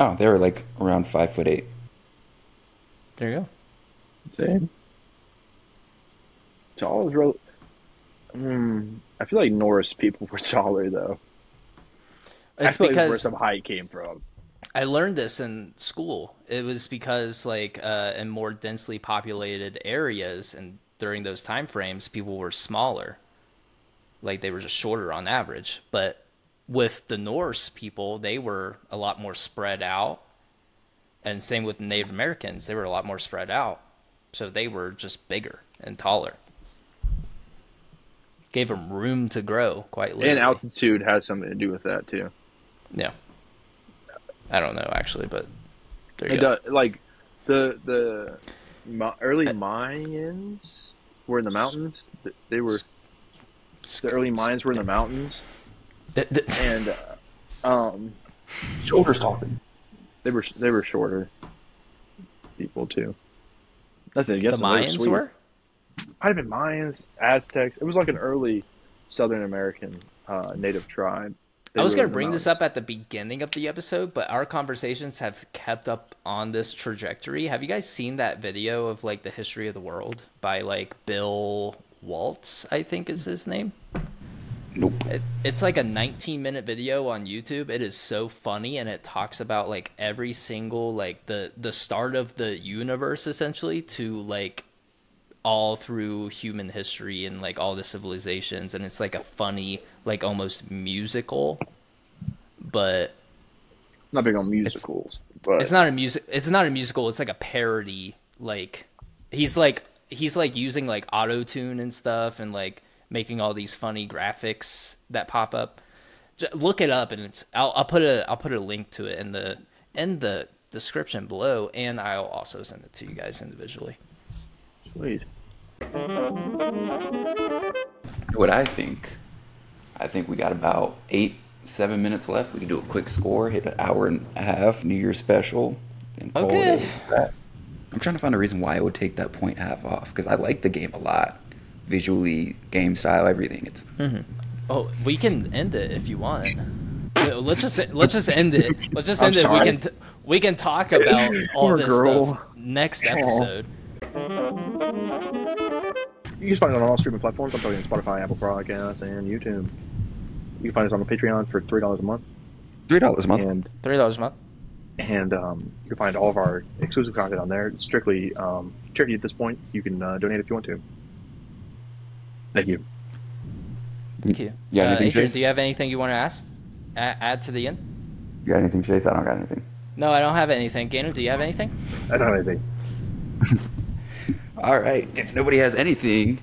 Speaker 3: Oh, they were like around five foot eight.
Speaker 2: There you go.
Speaker 1: Same. Tall is real. Mm, I feel like Norse people were taller though. I
Speaker 2: It's
Speaker 1: feel like where
Speaker 2: because
Speaker 1: some height came from.
Speaker 2: I learned this in school. It was because like uh, in more densely populated areas and during those time frames, people were smaller. Like they were just shorter on average. But with the Norse people, they were a lot more spread out. And same with Native Americans, they were a lot more spread out. So they were just bigger and taller. Gave them room to grow, quite literally.
Speaker 1: And altitude has something to do with that too.
Speaker 2: Yeah. I don't know actually, but there you
Speaker 1: It
Speaker 2: go.
Speaker 1: does, like the the Ma- early
Speaker 2: Uh,
Speaker 1: Mayans were in the mountains. Th- They were the early Mayans were in the mountains, and uh, um,
Speaker 3: Shoulders talking.
Speaker 1: they were they were shorter people too. Nothing
Speaker 2: the
Speaker 1: against them, they
Speaker 2: Mayans
Speaker 1: sweet.
Speaker 2: were?
Speaker 1: Might have been Mayans, Aztecs. It was like an early Southern American uh, native tribe. They
Speaker 2: I was
Speaker 1: were
Speaker 2: going
Speaker 1: in
Speaker 2: to
Speaker 1: the
Speaker 2: bring this
Speaker 1: mountains.
Speaker 2: up at the beginning of the episode, but our conversations have kept up on this trajectory. Have you guys seen that video of like the history of the world by like Bill Waltz, I think is his name?
Speaker 3: Nope.
Speaker 2: It, it's like a 19 minute video on YouTube. It is so funny and it talks about like every single like the the start of the universe essentially to like all through human history and like all the civilizations and it's like a funny like almost musical but
Speaker 1: Not big on musicals, but
Speaker 2: it's not a music it's not a musical it's like a parody like he's like he's like using like auto tune and stuff and like making all these funny graphics that pop up J look it up and it's I'll, I'll put a i'll put a link to it in the in the description below and i'll also send it to you guys individually
Speaker 1: sweet.
Speaker 3: What I think, I think we got about eight, seven minutes left. We can do a quick score, hit an hour and a half New Year's special, and call it
Speaker 2: Okay.
Speaker 3: a wrap. I'm trying to find a reason why I would take that point half off because I like the game a lot, visually, game style, everything. It's
Speaker 2: oh we can end it if you want Yeah, let's just let's just end it let's just
Speaker 1: I'm
Speaker 2: end it we
Speaker 1: sorry.
Speaker 2: can t- we can talk about all
Speaker 1: Poor
Speaker 2: this
Speaker 1: girl.
Speaker 2: stuff next episode
Speaker 1: You can find it on all streaming platforms. I'm talking Spotify, Apple Podcasts, and YouTube. You can find us on the Patreon for three dollars a month,
Speaker 3: three dollars a month.
Speaker 1: and
Speaker 2: three dollars a month
Speaker 1: and um, you can find all of our exclusive content on there. It's strictly um, charity at this point. You can uh, donate if you want to. Thank you.
Speaker 2: Thank you.
Speaker 3: You got
Speaker 2: Uh,
Speaker 3: anything,
Speaker 2: Adrian,
Speaker 3: Chase?
Speaker 2: do you have anything you want to ask? A- add to the end?
Speaker 3: You got anything, Chase? I don't got anything.
Speaker 2: No, I don't have anything. Gainer, do you have anything?
Speaker 1: I don't have anything.
Speaker 3: All right. If nobody has anything,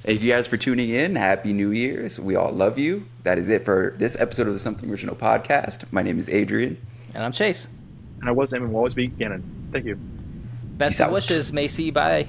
Speaker 3: thank you guys for tuning in. Happy New Year's. We all love you. That is it for this episode of the Something Original podcast. My name is Adrian.
Speaker 2: And I'm Chase.
Speaker 1: And I was aiming will always be Gannon. Thank you.
Speaker 2: Best
Speaker 3: Peace
Speaker 2: of
Speaker 3: out.
Speaker 2: wishes, Macy. Bye.